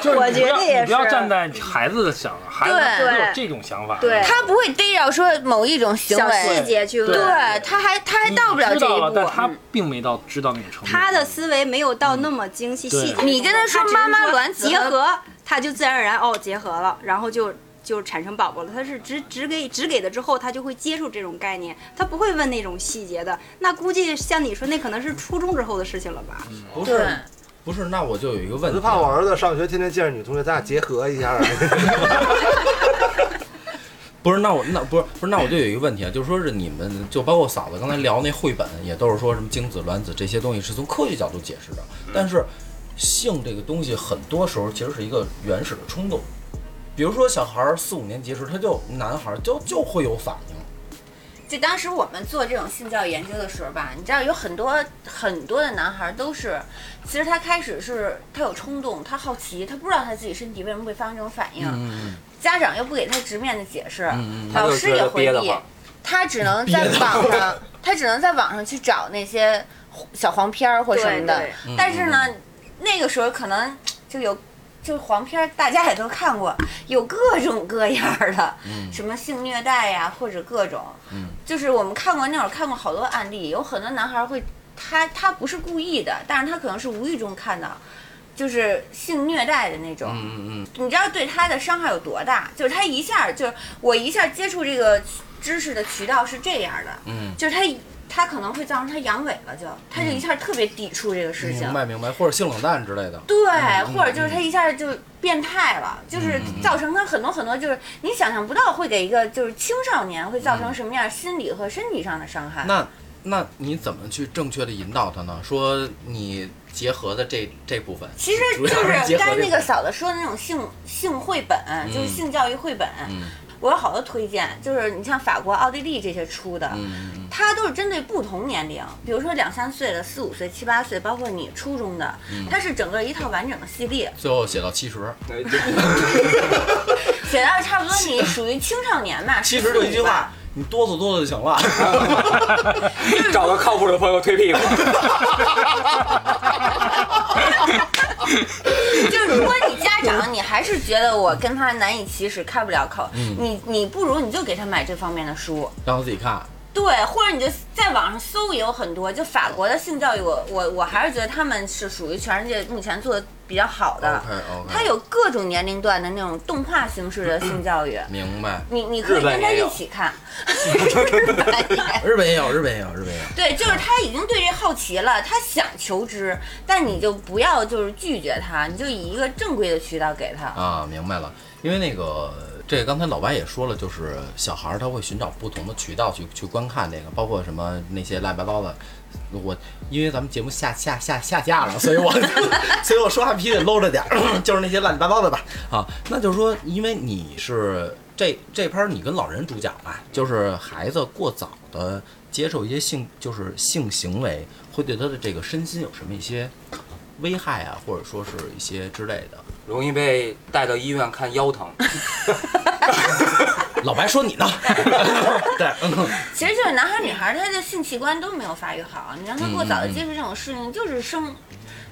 E: 就是
F: 我
E: 你不
F: 觉
E: 要
F: 得也
E: 你不要
F: 是
E: 站在孩子的想，孩子
C: 对
E: 不会有
F: 对
E: 这种想法。
F: 对
C: 他不会逮着说某一种行
F: 小细
C: 为，
F: 节去问，
E: 对
C: 对，他还他还
E: 你
C: 到不了
E: 知
C: 这
E: 道
C: 一
E: 了但他
C: 步。嗯
E: 并没到知道那种程度。
F: 他的思维没有到那么精细
D: 嗯
E: 对
F: 细节。
C: 你跟他说
F: 只是
C: 妈妈卵子
F: 结
C: 和
F: 合，他就自然而然哦结合了，然后就就产生宝宝了。他是只只给只给了之后，他就会接触这种概念，他不会问那种细节的。那估计像你说，那可能是初中之后的事情了吧？
D: 嗯
A: 不是不是，那我就有一个问
D: 我
A: 题
D: 就怕我儿子上学天天见着女同学，咱俩结合 一下。
A: 不是，那我那不是不是，那我就有一个问题啊，就是说是你们就包括嫂子刚才聊那绘本，也都是说什么精子、卵子这些东西是从科学角度解释的，但是性这个东西很多时候其实是一个原始的冲动，比如说小孩儿四五年级时，他就男孩儿就就会有反应，
C: 就当时我们做这种性教育研究的时候吧，你知道有很多很多的男孩都是，其实他开始是他有冲动，他好奇，他不知道他自己身体为什么会发生这种反应，
A: 嗯，
C: 家长又不给他直面的解释，
A: 嗯
B: 他
C: 老
B: 就
C: 师
B: 觉
C: 也
B: 得
C: 回
B: 憋得
C: 避
B: 慌，
C: 他只能在网上，他只能在网上去找那些小黄片儿或什么的
B: 嗯
F: 对。
C: 但是呢，那个时候可能就有。就是黄片，儿，大家也都看过，有各种各样儿的，
B: 嗯
C: 什么性虐待呀，或者各种，就是我们看过那会儿看过好多案例，有很多男孩儿会，他他不是故意的，但是他可能是无意中看到，就是性虐待的那种，
A: 嗯嗯
C: 你知道对他的伤害有多大？就是他一下就是我一下接触这个知识的渠道是这样的，
A: 嗯，
C: 就是他他可能会造成他阳痿了就，他就一下特别抵触这个事情，
A: 明白明白，或者性冷淡之类的，
C: 对，或者就是他一下就变态了，
A: 嗯
C: 就是造成他很多很多就是你想象不到会给一个就是青少年会造成什么样心理和身体上的伤害。
A: 那那你怎么去正确的引导他呢？说你结合的这这部分，
C: 其实
A: 主
C: 就
A: 要是结
C: 是
A: 合
C: 刚才
A: 这
C: 那个
A: 部分
C: 嫂子说的那种性性绘本，就是性教育绘本，
A: 嗯
C: 我有好多推荐，就是你像法国、奥地利这些出的，
A: 嗯嗯
C: 它都是针对不同年龄，比如说两三岁的、四五岁、七八岁，包括你初中的，
A: 嗯
C: 它是整个一套完整的系列，
A: 最后写到七十，
C: 写到差不多你属于青少年吧，
A: 七十就一句
C: 15吧
A: 话，你哆嗦哆嗦就行了。
B: 找个靠谱的朋友推屁股。
C: 就是如果你家长你还是觉得我跟他难以启齿，开不了口，
A: 嗯
C: 你你不如你就给他买这方面的书，
A: 让他自己看，
C: 对，或者你就在网上搜也有很多，就法国的性教育我，我我还是觉得他们是属于全世界目前做的比较好的
A: OK，OK
C: 它有各种年龄段的那种动画形式的性教育，
A: 明白。
C: 你你可以
B: 日本
C: 跟他
B: 也有
C: 一起看， 日本也
A: 日本也有，日本也有，日本也有。
C: 对，就是他已经对这好奇了，他想求知，但你就不要就是拒绝他，你就以一个正规的渠道给他。
A: 啊，明白了，因为那个这个刚才老白也说了，就是小孩儿他会寻找不同的渠道去去观看这个，包括什么那些乱七八糟的。我因为咱们节目下下下下架了， 所以我所以我说话必须得搂着点儿， 就是那些乱七八糟的吧。啊，那就是说，因为你是这这篇儿你跟老人主讲吧，就是孩子过早的接受一些性就是性行为，会对他的这个身心有什么一些危害啊，或者说是一些之类的。
B: 容易被带到医院看腰疼，
A: 老白说你呢？ 对，嗯
C: 其实就是男孩女孩，他的性器官都没有发育好，你让他过早
B: 嗯
C: 的接触这种事情，就是生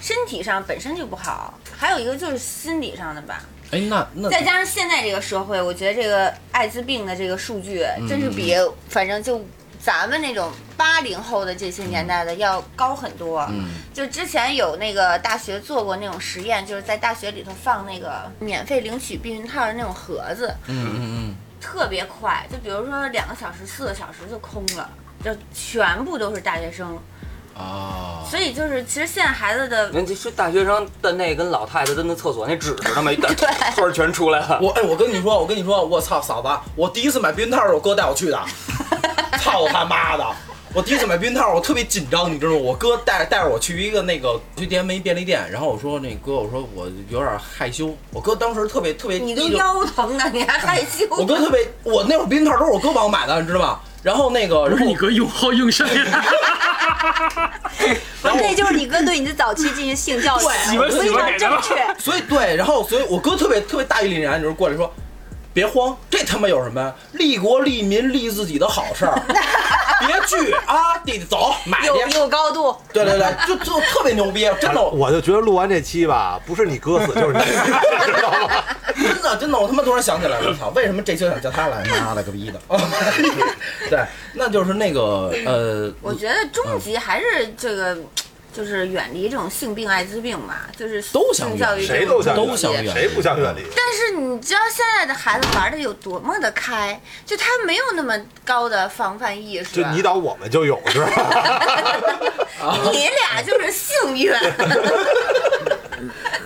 C: 身体上本身就不好，还有一个就是心理上的吧。
A: 哎，那那
C: 再加上现在这个社会，我觉得这个艾滋病的这个数据，
B: 嗯
C: 真是比反正就咱们那种八零后的这些年代的要高很多。
A: 嗯
C: 就之前有那个大学做过那种实验，就是在大学里头放那个免费领取避孕套的那种盒子，
A: 嗯嗯
C: 特别快，就比如说两个小时、四个小时就空了，就全部都是大学生。
A: 嗯啊，
C: 所以就是，其实现在孩子的
B: 人家是大学生的那跟老太太的那厕所那纸似 的，没带
C: 对
B: 味儿全出来了。
A: 我哎，我跟你说，我跟你说，我操，嫂子，我第一次买避孕套是我哥带我去的， 操他妈的！我第一次买避孕套，我特别紧张，你知道吗？我哥带带着我去一个那个去天安门便利店，然后我说那哥，我说我有点害羞，我哥当时特别特别，
C: 你都腰疼呢，你还害羞？
A: 我哥特别，我那会儿避孕套都是我哥帮我买的，你知道吗？然后那个，
E: 不
A: 然
E: 是
A: 后
E: 你哥用好用剩下的，
A: 然后
F: 这就是你哥对你的早期进行性 教育
E: 喜欢
F: 非
E: 喜欢给
F: 常正
E: 他了
F: 确。
A: 所以对，然后所以我哥特别特别大义凛然，就是过来说，别慌，这他妈有什么呀？利国利民利自己的好事 儿，别惧啊，弟弟走买
F: 有
A: 去。
F: 有高度，
A: 对对对，就就特别牛逼，真 的，我
D: 我就觉得录完这期吧，不是你哥死就是你死，知道吗？
A: 真的真的，我他妈突然想起来了，我操，为什么这就想叫他来？妈了个逼 的！对，那就是那个呃，
C: 我觉得终极还是这个，就是远离这种性病、艾滋病嘛，就是
A: 都想
C: 性教育
A: 远
C: 这
D: 谁
C: 种
D: 都想
C: 东
A: 都
C: 西
A: 想远离
D: 谁不想远离？
C: 但是你知道现在的孩子玩的有多么的开，就他没有那么高的防范意识。啊
D: 就你导我们就有是吧？
C: 你俩就是幸运，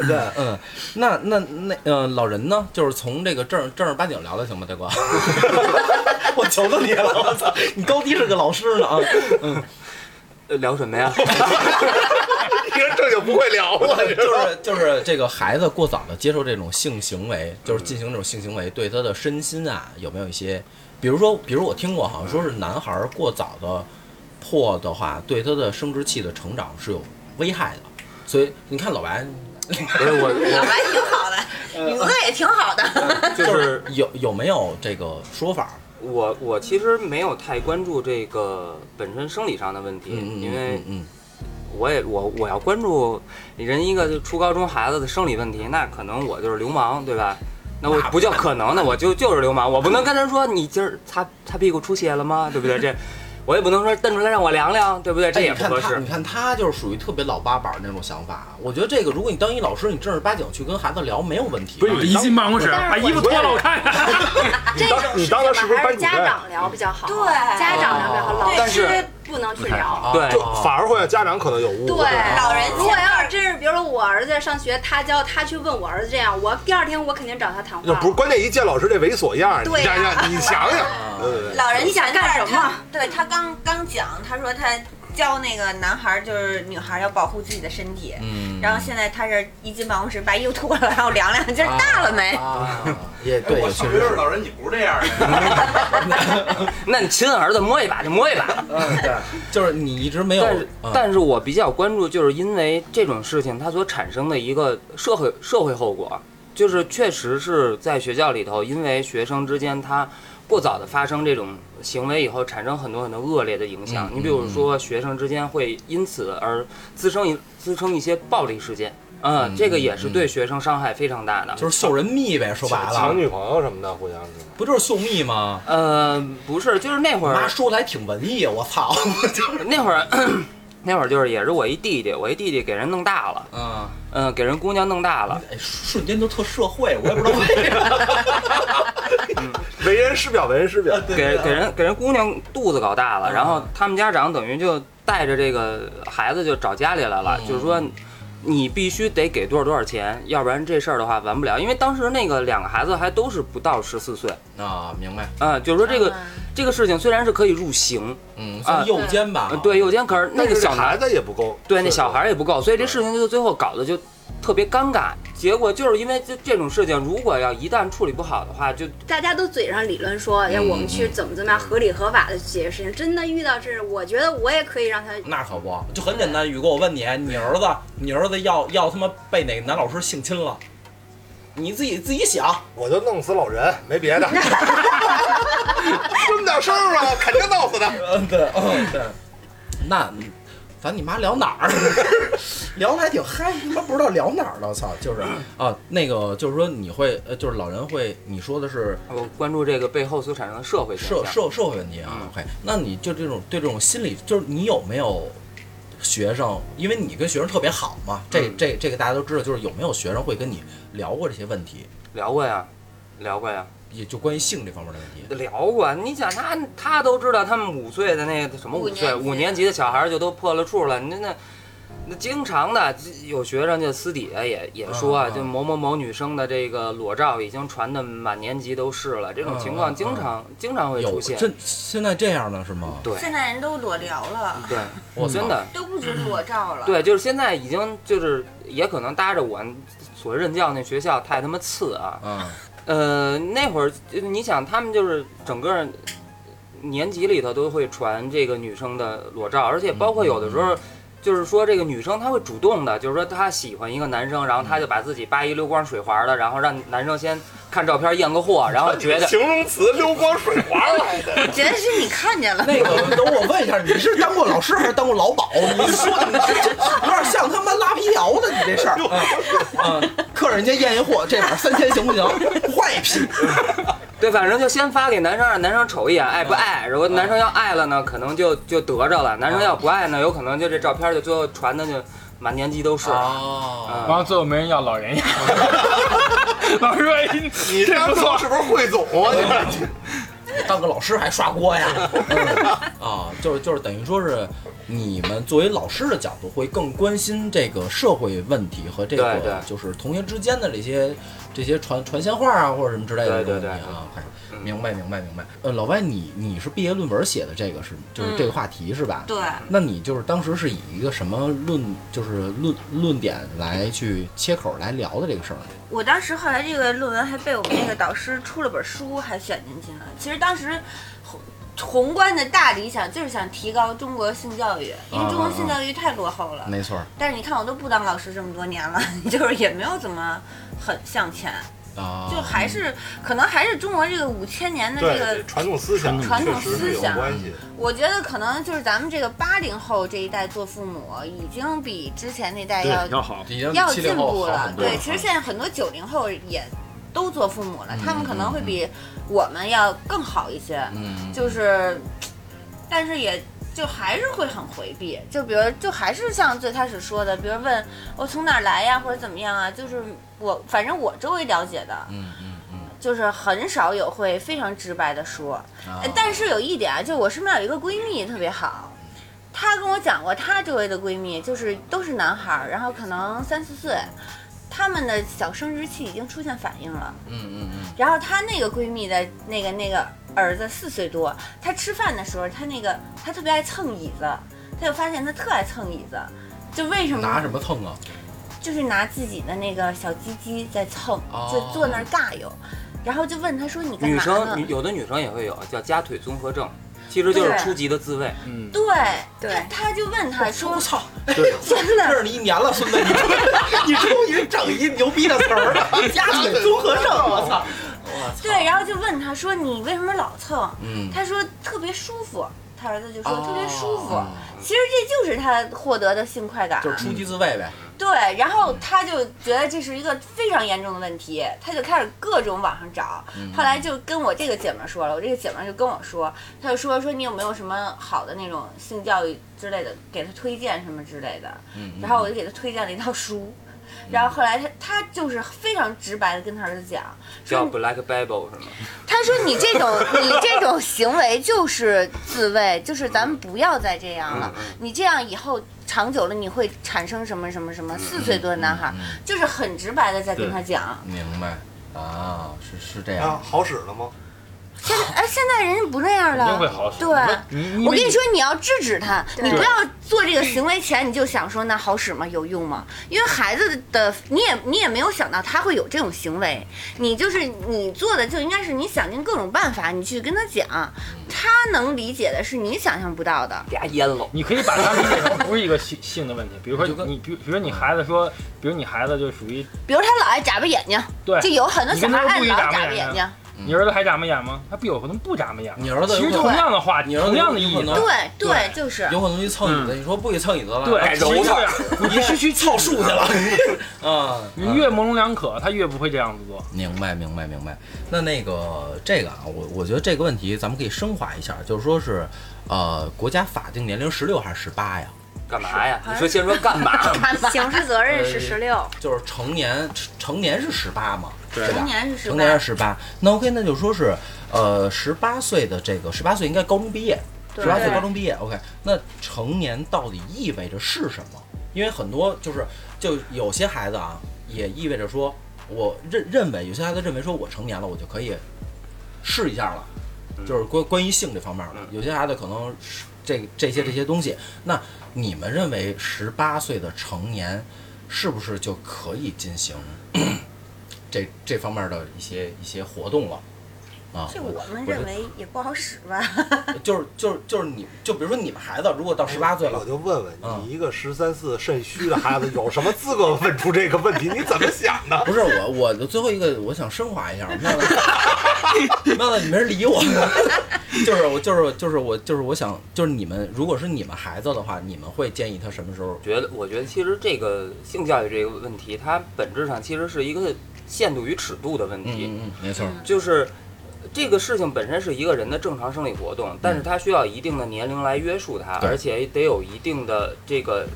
A: 对，嗯，那那那呃，老人呢？就是从这个正正儿八经聊聊行吗， 大哥？我求求你了，我操，你高低是个老师呢啊！嗯，
B: 呃聊什么呀？
D: 你这正经不会聊了，你 知
A: 就
D: 道吗
A: 是就是这个孩子过早的接受这种性行为，就是进行这种性行为，对他的身心啊有没有一些，比如说，比如我听过，好像说是男孩儿过早的破的话，对他的生殖器的成长是有危害的，所以你看老白。
B: 不是我，
C: 老白挺好的，宇哥也挺好的。
B: 我就是
A: 有有没有这个说法？
B: 我，我其实没有太关注这个本身生理上的问题，
A: 嗯嗯
B: 因为
A: 嗯嗯
B: 我也我我要关注人一个就初高中孩子的生理问题，那可能我就是流氓，对吧？那我
A: 那
B: 不叫可能，那我就就是流氓，我不能跟他说你今儿擦擦屁股出血了吗？对不对？这我也不能说瞪出来让我量量，对不对？这
A: 哎
B: 也
A: 你
B: 不
A: 看
B: 合
A: 他，
B: 适
A: 你。看他就是属于特别老八板儿那种想法。啊我觉得这个，如果你当一老师，你正儿八经去跟孩子聊，没有问题。 啊
E: 不是一进办公室把衣服脱了我看 看。
F: 这种
D: 你
F: 事情
D: 当
F: 吧
D: 你当时是不是
F: 还
D: 班
F: 是
D: 主
F: 家
D: 任
F: 长聊比较好啊？
C: 对
F: 家长聊比较好，老
B: 但
C: 对，
B: 是
C: 吃不
F: 不能去
E: 太
F: 聊。
A: 啊
B: 对哦
D: 就反而会让家长可能有误
F: 哦对
D: 会。，
C: 老人
F: 如果
C: 欠
F: 要是真是，比如说我儿子上学，他教他去问我儿子这样，我第二天我肯定找他谈话
D: 就
F: 了。
D: 不是关键，一见老师这猥琐样儿，你
F: 对呀
D: 想想，你想想，对对对
C: 老人
F: 你想
C: 前段
F: 干
C: 儿
F: 什么
C: 他对他刚刚讲，他说他教那个男孩儿就是女孩儿要保护自己的身体，
A: 嗯，
C: 然后现在他是一进办公室把衣服脱了，然后量量今儿大了没？
A: 啊，也对，
G: 我
A: 也
G: 上
A: 确
G: 学
A: 实
G: 时候
A: 是，
G: 老人你不是这样的，
B: 那你亲儿子摸一把就摸一把。
A: 嗯，对，就是你一直没有
B: 但是，，
A: 嗯
B: 但是我比较关注，就是因为这种事情它所产生的一个社会社会后果，就是确实是在学校里头，因为学生之间他过早的发生这种行为以后，产生很多很多恶劣的影响
A: 嗯。
B: 你比如说，学生之间会因此而滋生一滋生一些暴力事件，嗯，这个也是对学生伤害非常大的。
A: 就是秀人蜜呗，说白
D: 抢
A: 了，
D: 女朋友什么的，互相是吧
A: 不就是秀蜜吗？
B: 呃，不是，就是那会儿
A: 妈说的还挺文艺，我操，就是，
B: 那会儿 那会儿就是也是我一弟弟，我一弟弟给人弄大了，
A: 嗯，
B: 嗯、给人姑娘弄大了。
A: 哎，瞬间就特社会，我也不知道为啥。
D: 为人师表，为人师表。
B: 给给人给人姑娘肚子搞大了，然
D: 嗯
B: 后他们家长等于就带着这个孩子就找家里来了，
A: 嗯
B: 就是说你必须得给多少多少钱，要不然这事儿的话完不了。因为当时那个两个孩子还都是不到十四岁，
A: 啊，明白，
B: 啊，就是说这个这个事情虽然是可以入刑，
A: 嗯，算右肩吧
B: 呃，对，，右肩，可是那个
D: 啊但是这
B: 小
D: 孩
B: 孩，
D: 子也不够，
B: 对
D: 是
B: 那小孩儿也不够，所以这
D: 对
B: 事情就最后搞得就特别尴尬。结果就是因为这这种事情，如果要一旦处理不好的话，就
F: 大家都嘴上理论说，
A: 嗯
F: 要我们去怎么怎么样合理合法的解决事情，真的遇到这，我觉得我也可以让他
A: 那可不，就很简单。宇哥，我问你，你儿子，你儿子要要他妈被哪个男老师性侵了？你自己自己想，
D: 我就弄死老人，没别的。 这么点事儿啊，肯定弄死他。
A: 嗯，对，嗯，对。那咱你妈聊哪 儿？聊的还挺嗨，他妈不知道聊哪儿了，操！就是
B: 嗯
A: 啊，那个就是说你会，呃，就是老人会，你说的是
B: 我关注这个背后所产生的社会现
A: 社
B: 象。
A: 社社会问题啊。
B: 嗯
A: OK，那你就这种对这种心理，就是你有没有学生？因为你跟学生特别好嘛，这
B: 嗯
A: 这这个大家都知道，就是有没有学生会跟你聊过这些问题，
B: 聊过呀，聊过呀，
A: 也就关于性这方面的问题。
B: 聊过。你想他他都知道，他们五岁的那个什么
C: 五
B: 五岁
C: 年级
B: 五年级的小孩儿就都破了处了。你那那经常的有学生就私底下也也说
A: 嗯
B: 啊，
A: 嗯
B: 就某某某女生的这个裸照已经传的满年级都是了，这种
A: 嗯
B: 情
A: 嗯
B: 况
A: 嗯
B: 经常经常会
A: 有
B: 出现。
A: 这现在这样了是吗？
B: 对
C: 现在人都裸聊了，
B: 对，
A: 我操
B: 真的
C: 都不止裸照了。
B: 对，就是现在已经就是也可能搭着我所任教那学校太他妈次啊，
A: 嗯
B: 呃，那会儿就你想，他们就是整个呃年级里头都会传这个女生的裸照，而且包括有的时候，就是说这个女生她会主动的，就是说她喜欢一个男生，然后她就把自己扒一溜光水滑的，然后让男生先看照片验个货，然后 觉得
D: 形容词溜光水滑来的，
C: 真是你看见了，
A: 那个，等我问一下，你是当过老师还是当过老鸨？你说你这这有点像他妈拉皮条的，你这事儿。嗯，嗯客人家验一货，这玩意儿三千行不行？坏皮。
B: 对，反正就先发给男生，让男生瞅一眼，爱不爱。如果男生要爱了呢，可能就就得着了；男生要不爱呢，有可能就这照片就最后传的就满年级都是。
A: 哦，
E: 然
B: 啊，
E: 后最后没人要老人要。 老师说哎：“
D: 你
E: 这
D: 当
E: 不
D: 初
E: 错。
D: 是不是汇总 啊？你
A: 当个老师还刷锅呀？ 啊，就是就是等于说是你们作为老师的角度，会更关心这个社会问题和这
B: 对
A: 个
B: 对
A: 就是同学之间的这些这些传传闲话啊，或者什么之类的这
B: 对
A: 种
B: 对
A: 东西啊。哎
B: 嗯
A: 明白明白明白。呃，老外，你你是毕业论文写的这个是
B: 嗯
A: 就是这个话题是吧？
C: 对，
A: 那你就是当时是以一个什么论，就是论论点来去切口来聊的这个事儿呢？
C: 我当时后来这个论文还被我们那个导师出了本书，还选进去了。其实当时宏宏观的大理想就是想提高中国性教育，因为中国性教育太落后了。
A: 没错儿
C: 但是你看，我都不当老师这么多年了， 就是也没有怎么很向前，
A: 啊，
C: 就还是、可能还是中国这个五千年的这
D: 对，
C: 个，
D: 传统思想
C: 传
D: 确
C: 统
D: 实是有
C: 思想
D: 关系。
C: 我觉得可能就是咱们这个八零后这一代做父母，已经比之前那代要
E: 对，要好。
A: 已经
C: 要
A: 嗯七零
C: 进
A: 后
C: 步
A: 好
C: 了
A: 很。多嗯
C: 对，其实现在很多九零后也都做父母了，他们可能会比我们要更好一些，
A: 嗯，
C: 就是，但是也。就还是会很回避，就比如就还是像最开始说的，比如问我从哪儿来呀，或者怎么样啊，就是我反正我周围了解的，
A: 嗯嗯嗯
C: 就是很少有会非常直白的说。
A: 啊
C: 呃呃但是有一点啊，就我身边有一个闺蜜特别好，她跟我讲过，她周围的闺蜜就是都是男孩儿，然后可能三四岁，他们的小生殖器已经出现反应了。
A: 嗯嗯嗯，
C: 然后她那个闺蜜的那个那个儿子四岁多，她吃饭的时候，她那个她特别爱蹭椅子，她就发现她特爱蹭椅子，就为什么
A: 拿什么蹭啊？
C: 就是拿自己的那个小鸡鸡在蹭，
A: 哦
C: 就坐那儿尬游，然后就问她说你干
B: 女
C: 嘛呢？
B: 生女有的女生也会有叫夹腿综合症，其实就是
C: 对
B: 初级的自慰。
A: 嗯，
C: 对，
F: 对
C: 她她就问她说
A: 我操，
C: 真的
A: 认识你一年了，孙子，你终于 你终于整一牛逼的词儿 了，家庭综合症，我操，我操，
C: 对，然后就问他说：“你为什么老蹭？”
A: 嗯
C: 他说：“特别舒服。”他儿子就说：“
A: 哦
C: 特别舒服。其实这就是他获得的性快感。
A: 就是初级自慰呗，
C: 对，然后他就觉得这是一个非常严重的问题，他就开始各种网上找。
A: 嗯
C: 后来就跟我这个姐们儿说了，我这个姐们儿就跟我说，她就说说你有没有什么好的那种性教育之类的，给她推荐什么之类的。嗯
A: 嗯
C: 然后我就给她推荐了一套书。然后后来她她就是非常直白的跟她儿子讲，说
B: 叫
C: 你
B: Black Bible 是吗？
C: 他说：“你这 种你这种行为就是自卫，就是咱们不要再这样
A: 嗯
C: 了。你这样以后长久了，你会产生什么什么什么？四岁多的男孩
A: 嗯嗯
C: 就是很直白的在跟他讲。
A: 明白啊，是是这
D: 啊
E: 哦
A: 样，，
D: 好使了吗？
C: 现在哎，现在人家不那样
E: 肯定
C: 了
E: 会好。使
C: 对，
E: 你你
C: 我跟你说，你要制止他，
F: 对
C: 你不要做这个行为前你就想说那好使吗？有用吗？因为孩子的你也你也没有想到他会有这种行为，你就是你做的就应该是你想尽各种办法，你去跟他讲，他能理解的是你想象不到的。
B: 俩烟喽。
E: 你可以把它理解成不是一个性性的问题，比如
A: 就跟
E: 说你，比如比如你孩子说，比如你孩子就属于
C: 比如他老爱眨巴眼睛，
E: 对
C: 就，有很多小孩爱老眨巴眼
E: 你跟他故意眨巴眼
C: 睛
E: 睛。你儿子还眨巴眼吗？他不有可能不眨巴眼吗。
A: 你儿子
E: 其实
A: 有可
E: 同样的话，
A: 你儿子
E: 同样的意
A: 有可
E: 义，
A: 能
C: 对对，就是
A: 有可能去蹭椅子，你说不许蹭椅子了，
E: 嗯对，
B: 揉
E: 其实
B: 他
E: 这样
A: 你是去凑数去 了，啊，
E: 你越模棱两可，他越不会这样子做。
A: 明白，明白，明白。那那个这个啊，我我觉得这个问题咱们可以升华一下，就是说是，呃，国家法定年龄十六还是十八呀？
B: 干嘛呀？你说先说干嘛？
F: 刑事责
A: 呃
F: 任是十六，
A: 就是成年成成年是十八嘛，对吧
C: 成？年是十
A: 成
C: 八
A: 年，是十八，那 OK，那就说是，呃，十八岁的这个十八岁应该高中毕业，十八岁高中毕业，OK，那成年到底意味着是什么？因为很多就是就有些孩子啊，也意味着说，我认认为有些孩子认为说我成年了，我就可以试一下了，就是关关于性这方面的，有些孩子可能是这这些这些东西，那你们认为十八岁的成年是不是就可以进行 这这方面的一些一些活动了？啊，
F: 这我们
A: 不是
F: 认为也不好使吧？
A: 就是就是就是你就比如说你们孩子如果到十八岁
D: 我
A: 了，
D: 就问问
A: 嗯
D: 你，一个十三四肾虚的孩子，有什么资格问出这个问题？你怎么想
F: 哎
D: 的？
A: 不是我我的最后一个我想升华一下，妙子， 妙子你没人理我， 就是我就是就是我就是我想就是你们如果是你们孩子的话，你们会建议他什么时候？
B: 觉得，我觉得其实这个性教育这个问题，它本质上其实是一个限度与尺度的问题。
A: 嗯嗯嗯，没错，
B: 就是这个事情本身是一个人的正常生理活动，但是它需要一定的年龄来约束它，
A: 嗯对
B: 而且得有一定的这个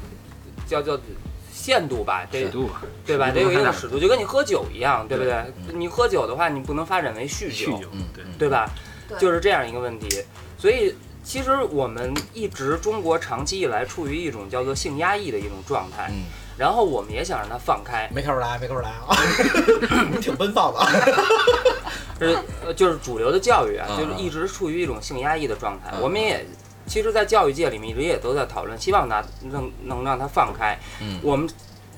B: 叫叫限度吧，得
E: 度吧，
B: 对吧？得有一定的尺度，就跟你喝酒一样，对不对？
A: 嗯
B: 你喝酒的话，你不能发展为酗
E: 酗酒，
A: 嗯
E: 对，
B: 对吧？
C: 对
B: 就是这样一个问题。所以其实我们一直中国长期以来处于一种叫做性压抑的一种状态，
A: 嗯
B: 然后我们也想让它放开，
A: 没看出来，没看出来啊， 挺奔放的啊，
B: 是呃就是主流的教育啊
A: 啊，
B: 就是一直处于一种性压抑的状态
A: 啊。
B: 我们也其实，在教育界里面一直也都在讨论，希望拿能能让它放开
A: 嗯。
B: 我们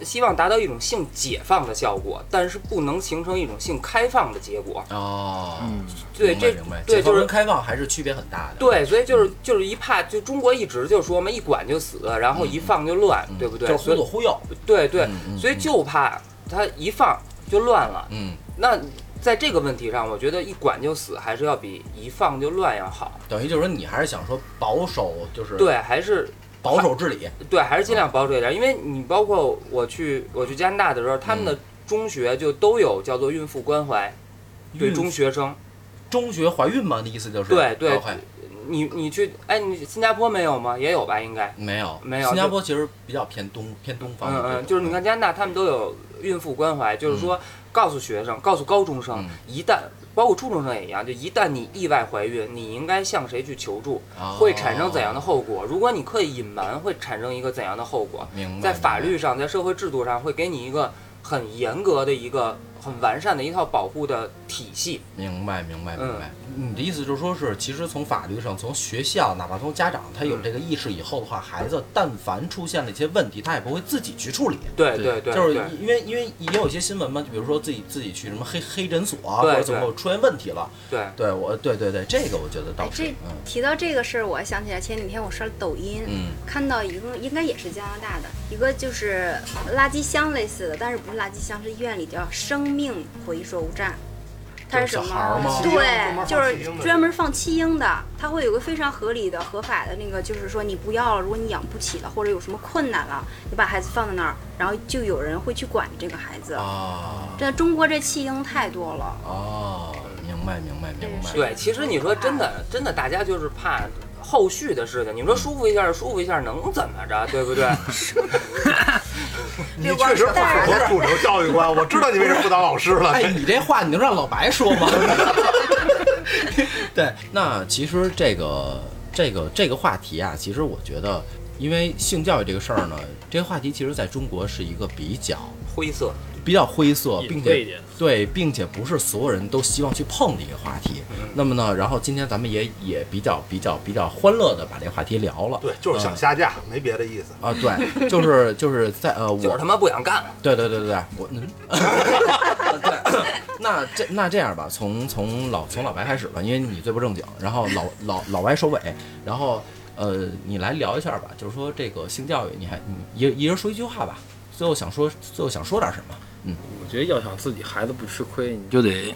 B: 希望达到一种性解放的效果，但是不能形成一种性开放的结果。
A: 哦，
E: 嗯，
B: 对，这
A: 明白，
B: 对
A: 解放
B: 就
A: 跟
B: 是。
A: 开放还是区别很大的。
B: 对，所以就是就是一怕，就中国一直就说嘛，一管就死，然后一放就乱，
A: 嗯
B: 对不对？
A: 就是忽
B: 所以
A: 左忽右。
B: 对对
A: 嗯，嗯
B: 所以
A: 嗯
B: 就怕它一放就乱了。
A: 嗯，
B: 那在这个问题上，我觉得一管就死还是要比一放就乱要好。
A: 等于就是说你还是想说保守，就是
B: 对，还是
A: 保守治理。
B: 对，还是尽量保守一点，因为你包括我去我去加拿大的时候，他
A: 嗯
B: 们的中学就都有叫做孕妇关怀，对
A: 孕
B: 中学生。
A: 中学怀孕嘛的意思就是
B: 对对
A: OK，
B: 你你去哎，你新加坡没有吗？也有吧，应该。
A: 没有
B: 没有
A: 新加
B: 就
A: 坡其实比较偏东偏东方
B: 嗯
A: 的这种，
B: 嗯，就是你看加拿大，他们都有孕妇关怀，就是说告诉学生，告诉高中生
A: 嗯，
B: 一旦包括初中生也一样，就一旦你意外怀孕，你应该向谁去求助，
A: 哦
B: 会产生怎样的后果？如果你刻意隐瞒，会产生一个怎样的后果？
A: 明白
B: 在法律上，在社会制度上，会给你一个很严格的一个很完善的一套保护的体系。
A: 明白，明
B: 嗯
A: 白，明白。你的意思就是说是，其实从法律上，从学校，哪怕从家长，他有这个意识以后的话，孩子但凡出现了一些问题，他也不会自己去处理。
B: 对对对，
A: 就是
B: 对
A: 因为因为也有一些新闻嘛，就比如说自己自己去什么黑黑诊所啊，或
B: 对
A: 者怎
B: 对
A: 么出现问题了。
B: 对
A: 对我，对对对，这个我觉得倒是
F: 哎这，
A: 嗯
F: 提到这个事儿，我想起来前几天我刷抖音，
A: 嗯
F: 看到一个应该也是加拿大的一个就是垃圾箱类似的，但是不是垃圾箱，是医院里叫生命回收站。它是什
A: 小孩儿
F: 么
A: 吗？
F: 对，就是专门放弃婴的，它会有个非常合理的、合法的那个，就是说你不要了，如果你养不起了，或者有什么困难了，你把孩子放在那儿，然后就有人会去管这个孩子。
A: 啊
F: 真的，中国这弃婴太多了。
A: 啊，明白明白明白。
B: 对，其实你说真的，真的，大家就是怕后续的事情。你说舒服一下，舒服一下，能怎么着，对不 对？
D: 你确实不符合主流教育观，我知道你为什么不当老师了。
A: 哎，你这话你能让老白说吗？ 对，那其实这个这个这个话题啊，其实我觉得，因为性教育这个事儿呢，这个话题其实在中国是一个比较
B: 灰色，
A: 比较灰色，
E: 隐
A: 并
E: 晦一
A: 且
E: 点
A: 对，并且不是所有人都希望去碰的一个话题。那么呢，然后今天咱们也也比较比较比较欢乐的把这个话题聊了。
D: 对，就
C: 嗯
D: 是想下架，没别的意思。
A: 啊，对，就是就是在 呃，
B: 就
A: 我
B: 是他妈不想干。
A: 对对对对对，我嗯，对， 那这那这样吧，从从老从老白开始吧，因为你最不正经，然后老 老老白收尾，然后呃，你来聊一下吧，就是说这个性教育，你还你一一人说一句话吧，最后想说最后想说点什么？嗯，
E: 我觉得要想自己孩子不吃亏，你就得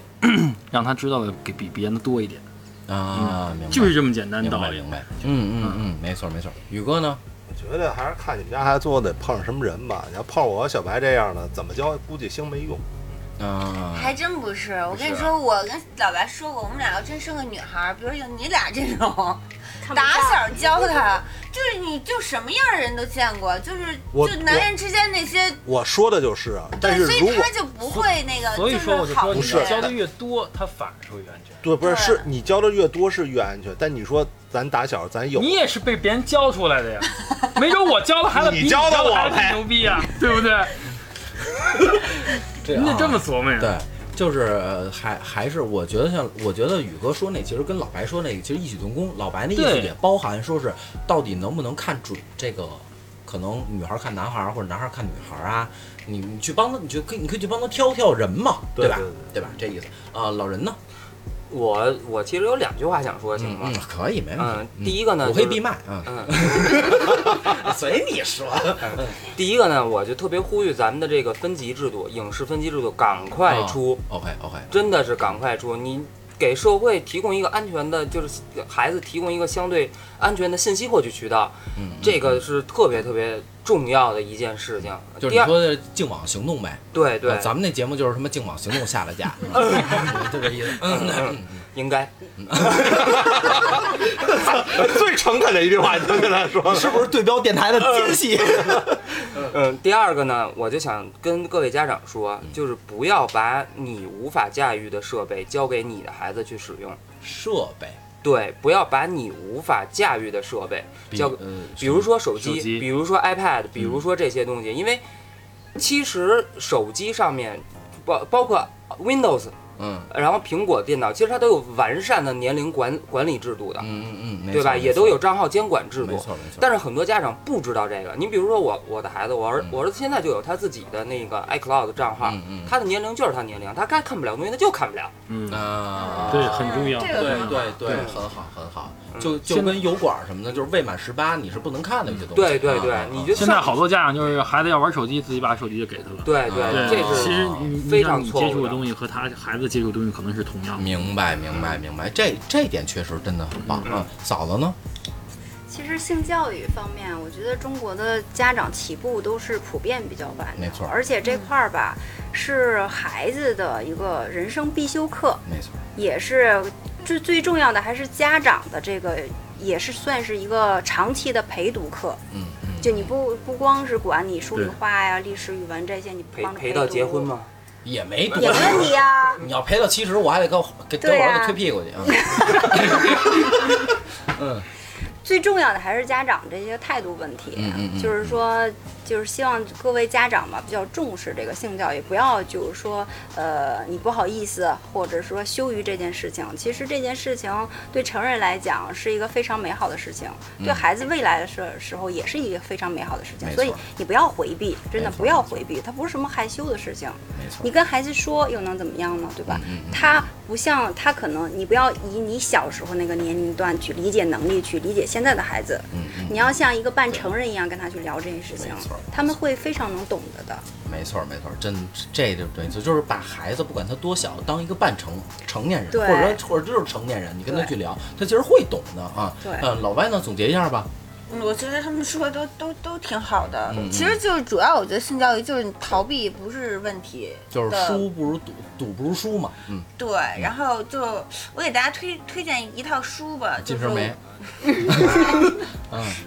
E: 让他知道的给比别人的多一点，
A: 啊，明白，
E: 就是这么简单的
A: 明
E: 道
A: 白
E: 理
A: 明。白，嗯嗯嗯，没错没错。宇哥呢？
D: 我觉得还是看你们家孩子最后得碰上什么人吧。你要碰上我和小白这样的，怎么教估计兴没用。
A: 啊，
C: 还真不是，我跟你
D: 不是啊
C: 说，我跟老白说过，我们俩要真生个女孩儿，比如有你俩这 种，
F: 看不
C: 打
F: 到
C: 小教她，就是你就什么样的人都见过，就是
D: 我
C: 就男人之间那些，
D: 我说的就是啊，但
C: 对，
D: 是
C: 所
D: 如
C: 以
D: 果
C: 他就不会那个，
E: 所以说，我
C: 是
E: 就
C: 好
E: 说，
C: 一
E: 你
D: 是
C: 点
E: 教的越多，他反而是会越安全。
D: 对，不是
C: 对
D: 是你教的越多是越安全，但你说咱打小咱有
E: 你也是被别人教出来的呀，没准我教的孩子比
D: 你教的
E: 的
D: 我
E: 孩子
D: 呗
E: 牛逼啊，对不对？
A: 这
E: 你得
A: 啊
E: 这么琢磨呀。
A: 对，就是呃还还是我觉得像我觉得宇哥说那其实跟老白说那个其实异曲同工，老白那意思
E: 对
A: 也包含说是到底能不能看准这个，可能女孩看男孩儿或者男孩看女孩儿啊，你你去帮他，你就可以你可以去帮他挑挑人嘛，
D: 对
A: 吧
D: 对？
A: 对吧？这意思啊、老人呢？
B: 我我其实有两句话想说，行
A: 嗯
B: 吗
A: 嗯？，可以没问
B: 嗯
A: 题。，
B: 第一个呢，
A: 我可以
B: 就是
A: 闭麦啊，
B: 嗯，
A: 随你说。
B: 第一个呢，我就特别呼吁咱们的这个分级制度，影视分级制度赶快出，
A: OK OK，
B: 真的是赶快出，你。给社会提供一个安全的，就是给孩子提供一个相对安全的信息获取渠道，
A: 嗯，
B: 这个是特别特别重要的一件事情。
A: 就是
B: 呃第
A: 你
B: 二，
A: 说的净网行动呗。
B: 对对
A: 啊，咱们那节目就是什么净网行动下了 架，是吧就这意思。嗯
B: 应该
D: 最诚恳的一句话，你就跟他 说，
A: 是不是对标电台的奸细？
B: 嗯，第二个呢，我就想跟各位家长说，
A: 嗯
B: 就是不要把你无法驾驭的设备交给你的孩子去使用。
A: 设备，
B: 对，不要把你无法驾驭的设备交给，
A: 呃，
B: 比如说手机，
E: 手机
B: 比如说 iPad，比
A: 嗯
B: 如说这些东西，因为其实手机上面包包括 Windows，
A: 嗯
B: 然后苹果电脑，其实它都有完善的年龄管管理制度的，
A: 嗯嗯嗯，没
B: 对吧？
A: 错
B: 也都有账号监管制
A: 没
B: 度。
A: 错没错。
B: 但是很多家长不知道这个。你比如说我我的孩子，我儿我儿子现在就有他自己的那个 iCloud 账号
A: 嗯嗯，
B: 他的年龄就是他年龄，他该看不了东西他就看不了。
E: 嗯，
A: 啊，
E: 对，很重要。
C: 这
A: 对
C: 个很好
A: 对对，很好很好，
B: 嗯
A: 就就跟油管什么的，就是未满十八你是不能看的一些东西。
B: 对对
A: 啊
B: 对
A: 啊，
B: 你
A: 啊
B: 就
E: 现在好多家长就是孩子要玩手机，自己把手机就给他了。
B: 对
A: 啊
B: 对，
E: 对，
B: 这
E: 其
B: 是
E: 实你
B: 非
E: 你
B: 常
E: 像你
B: 错误
E: 接触
B: 的
E: 的东西和他孩子接触的东西可能是同样的。
A: 啊明白明白明白，这这点确实真的很
B: 嗯
A: 棒啊。嫂子呢？
F: 其实性教育方面，我觉得中国的家长起步都是普遍比较晚的，
A: 没错
F: 而且
B: 嗯
F: 这块儿吧，是孩子的一个人生必修课，
A: 没错，
F: 也是最最重要的，还是家长的这个，也是算是一个长期的陪读课。
A: 嗯嗯，
F: 就你不不光是管你数理
E: 对
F: 化呀、历史、语文这些，你
B: 陪
F: 帮着
B: 陪
F: 读
B: 到结婚？吗？
A: 也没多
F: 也没问题
A: 少。
F: 呀、
A: 你要赔到七十，我还得跟给跟
F: 对
A: 我
F: 呀
A: 儿子推屁股去啊！嗯，
F: 最重要的还是家长这些态度问题，
A: 嗯嗯嗯
F: 就是说，就是希望各位家长吧，比较重视这个性教育，不要就是说，呃，你不好意思，或者说羞于这件事情。其实这件事情对成人来讲是一个非常美好的事情，对孩子未来的时时候也是一个非常美好的事情
A: 嗯没，错
F: 所以你不要回避，真的
A: 没错
F: 不要回避，它不是什么害羞的事情。
A: 没错
F: 你。跟孩子说又能怎么样呢？对吧？
A: 嗯嗯嗯
F: 他不像他可能，你不要以你小时候那个年龄段去理解能力去理解现在的孩子，
A: 嗯嗯，
F: 你要像一个半成人一样跟他去聊这件事情
A: 没错，
F: 他们会非常能懂得的。
A: 没错没错，真这就没错，就是把孩子不管他多小，当一个半成成年人，
F: 对
A: 或者说或者就是成年人，你跟他
F: 对
A: 去聊，他其实会懂的啊。
F: 对
A: 嗯，老歪呢，总结一下吧。
C: 我觉得他们说的都都都挺好的。
A: 嗯嗯
C: 其实就是主要，我觉得性教育就是你逃避不是问题的，
A: 就是书不如赌，赌不如书嘛。嗯，
C: 对。然后就我给大家推推荐一套书吧，就
A: 金
C: 是
A: 瓶梅。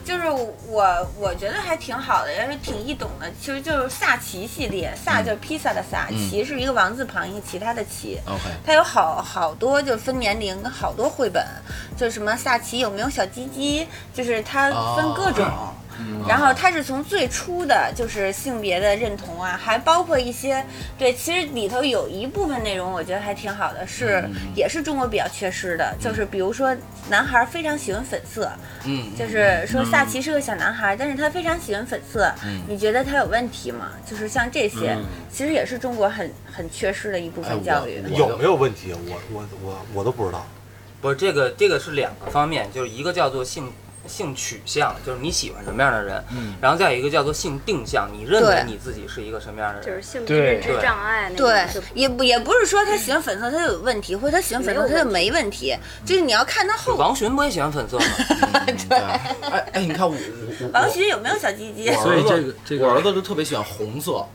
C: 就是我我觉得还挺好的，也是挺易懂的。其实就是萨奇系列，萨就是披萨的萨，
A: 嗯
C: 奇是一个王字旁一个其他的奇。
A: OK，
C: 它有好好多就是分年龄跟好多绘本，就是什么萨奇有没有小鸡鸡，就是它
A: 哦啊
C: 分各种。然后它是从最初的就是性别的认同啊，还包括一些对，其实里头有一部分内容我觉得还挺好的，是也是中国比较缺失的，就是比如说男孩非常喜欢粉色，
A: 嗯，嗯
C: 就是说萨奇是个小男孩，但是他非常喜欢粉色，你觉得他有问题吗？就是像这些，其实也是中国很很缺失的一部
A: 哎我
C: 分教育。
A: 我
D: 有没有问题？我我我我都不知道。
B: 不是这个，这个是两个方面，就是一个叫做性性取向，就是你喜欢什么样的人，然后再有一个叫做性定向，你认为
C: 对
B: 你自己是一个什么样的
F: 就
B: 人
F: 是。性
E: 对
F: 认知障碍那种
C: 对
F: 就，
C: 也不也不是说他喜欢粉色他就有问题，或者他喜欢粉色他就没问题，就是你要看他后。
B: 王寻不也喜欢粉色吗？
A: 对。哎哎，你看我我
C: 王
A: 我
C: 寻有没有小鸡鸡？
A: 我
E: 所以
A: 儿子
E: 这个这个
A: 我儿子就特别喜欢红色，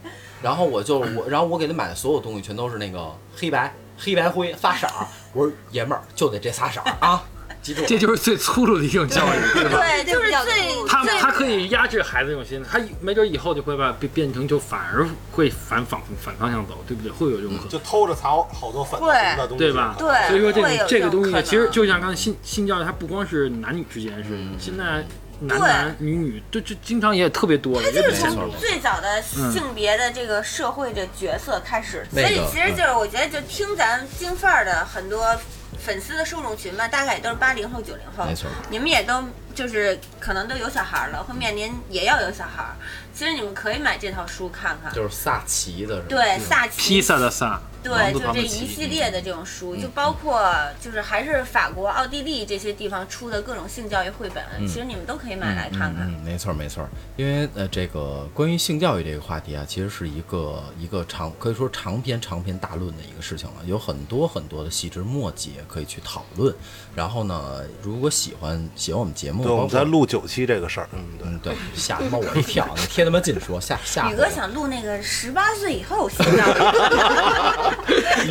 A: 然后我就我，然后我给他买的所有东西全都是那个黑白黑白灰仨色儿。我说爷们儿就得这仨色儿啊，记住。
E: 这就是最粗鲁的一种教育，对吧？
C: 对，就是最
F: 对
E: 他
C: 最
E: 他可以压制孩子这种心理，他没准以后就会把变变成就反而会反反反方向走，对不对？会有这种可能，
D: 就偷着藏好多粉
C: 对
D: 红的东西，
E: 对吧？
C: 嗯对
E: 所以说这
C: 会有
E: 个这
C: 这
E: 个
C: 种
E: 东
C: 可
E: 西，
C: 能
E: 其实就像刚才性性教育，它不光是男女之间的事情，现在男男女女，就就经常也特别多了，也
C: 就
E: 比
C: 是
E: 较
C: 从最早的
A: 嗯
C: 性别的这个社会的角色开始，所以其实
A: 嗯
C: 就是我觉得，就听咱京范儿的很多粉丝的受众群吧，大概也都是八零后、九零后，
A: 没错
C: 你们也都就是可能都有小孩儿了，会面临也要有小孩儿。其实你们可以买这套书看看，
A: 就是嗯萨奇的是吧？
C: 对萨
E: 披
C: 奇。
E: 萨的萨，
C: 对，
E: 王
C: 就
E: 字旁
C: 这
E: 的
A: 嗯
C: 一系
E: 奇，
C: 列的这种书，就包括就是还是法国、奥地利这些地方出的各种性教育绘本，其实你们都可以买来看看。
A: 嗯，没错没错，因为呃，这个关于性教育这个话题啊，其实是一个一个长可以说长篇长篇大论的一个事情了，有很多很多的细枝末节可以去讨论。然后呢，如果喜欢喜欢我们节目，
D: 对，我
A: 包
D: 们在
A: 括
D: 录九期这个事儿，嗯，对。
A: 嗯，对，吓他妈我一跳，你贴他妈近说，吓吓
C: 宇
A: 唬
C: 哥
A: 我
C: 想录那个十八岁以后性 教育。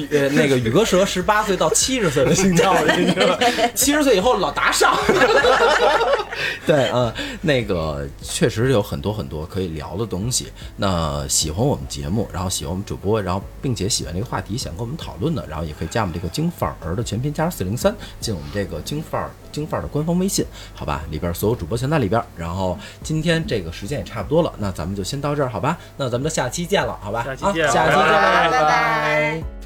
A: 宇呃那个宇哥适合十八岁到七十岁的性教育，你知道吗？七十岁以后老打赏。 对，呃，那个确实有很多很多可以聊的东西。那喜欢我们节目，然后喜欢我们主播，然后并且喜欢这个话题，想跟我们讨论的，然后也可以加我们这个京范儿的全拼加上四零三，进我们这个京范儿京范儿的官方微信，好吧？里边所有主播全在里边。然后今天这个时间也差不多了，那咱们就先到这儿，好吧？那咱们就下期见了，好吧？
E: 下期见
A: 啊、下期见，
E: 拜拜
A: 拜拜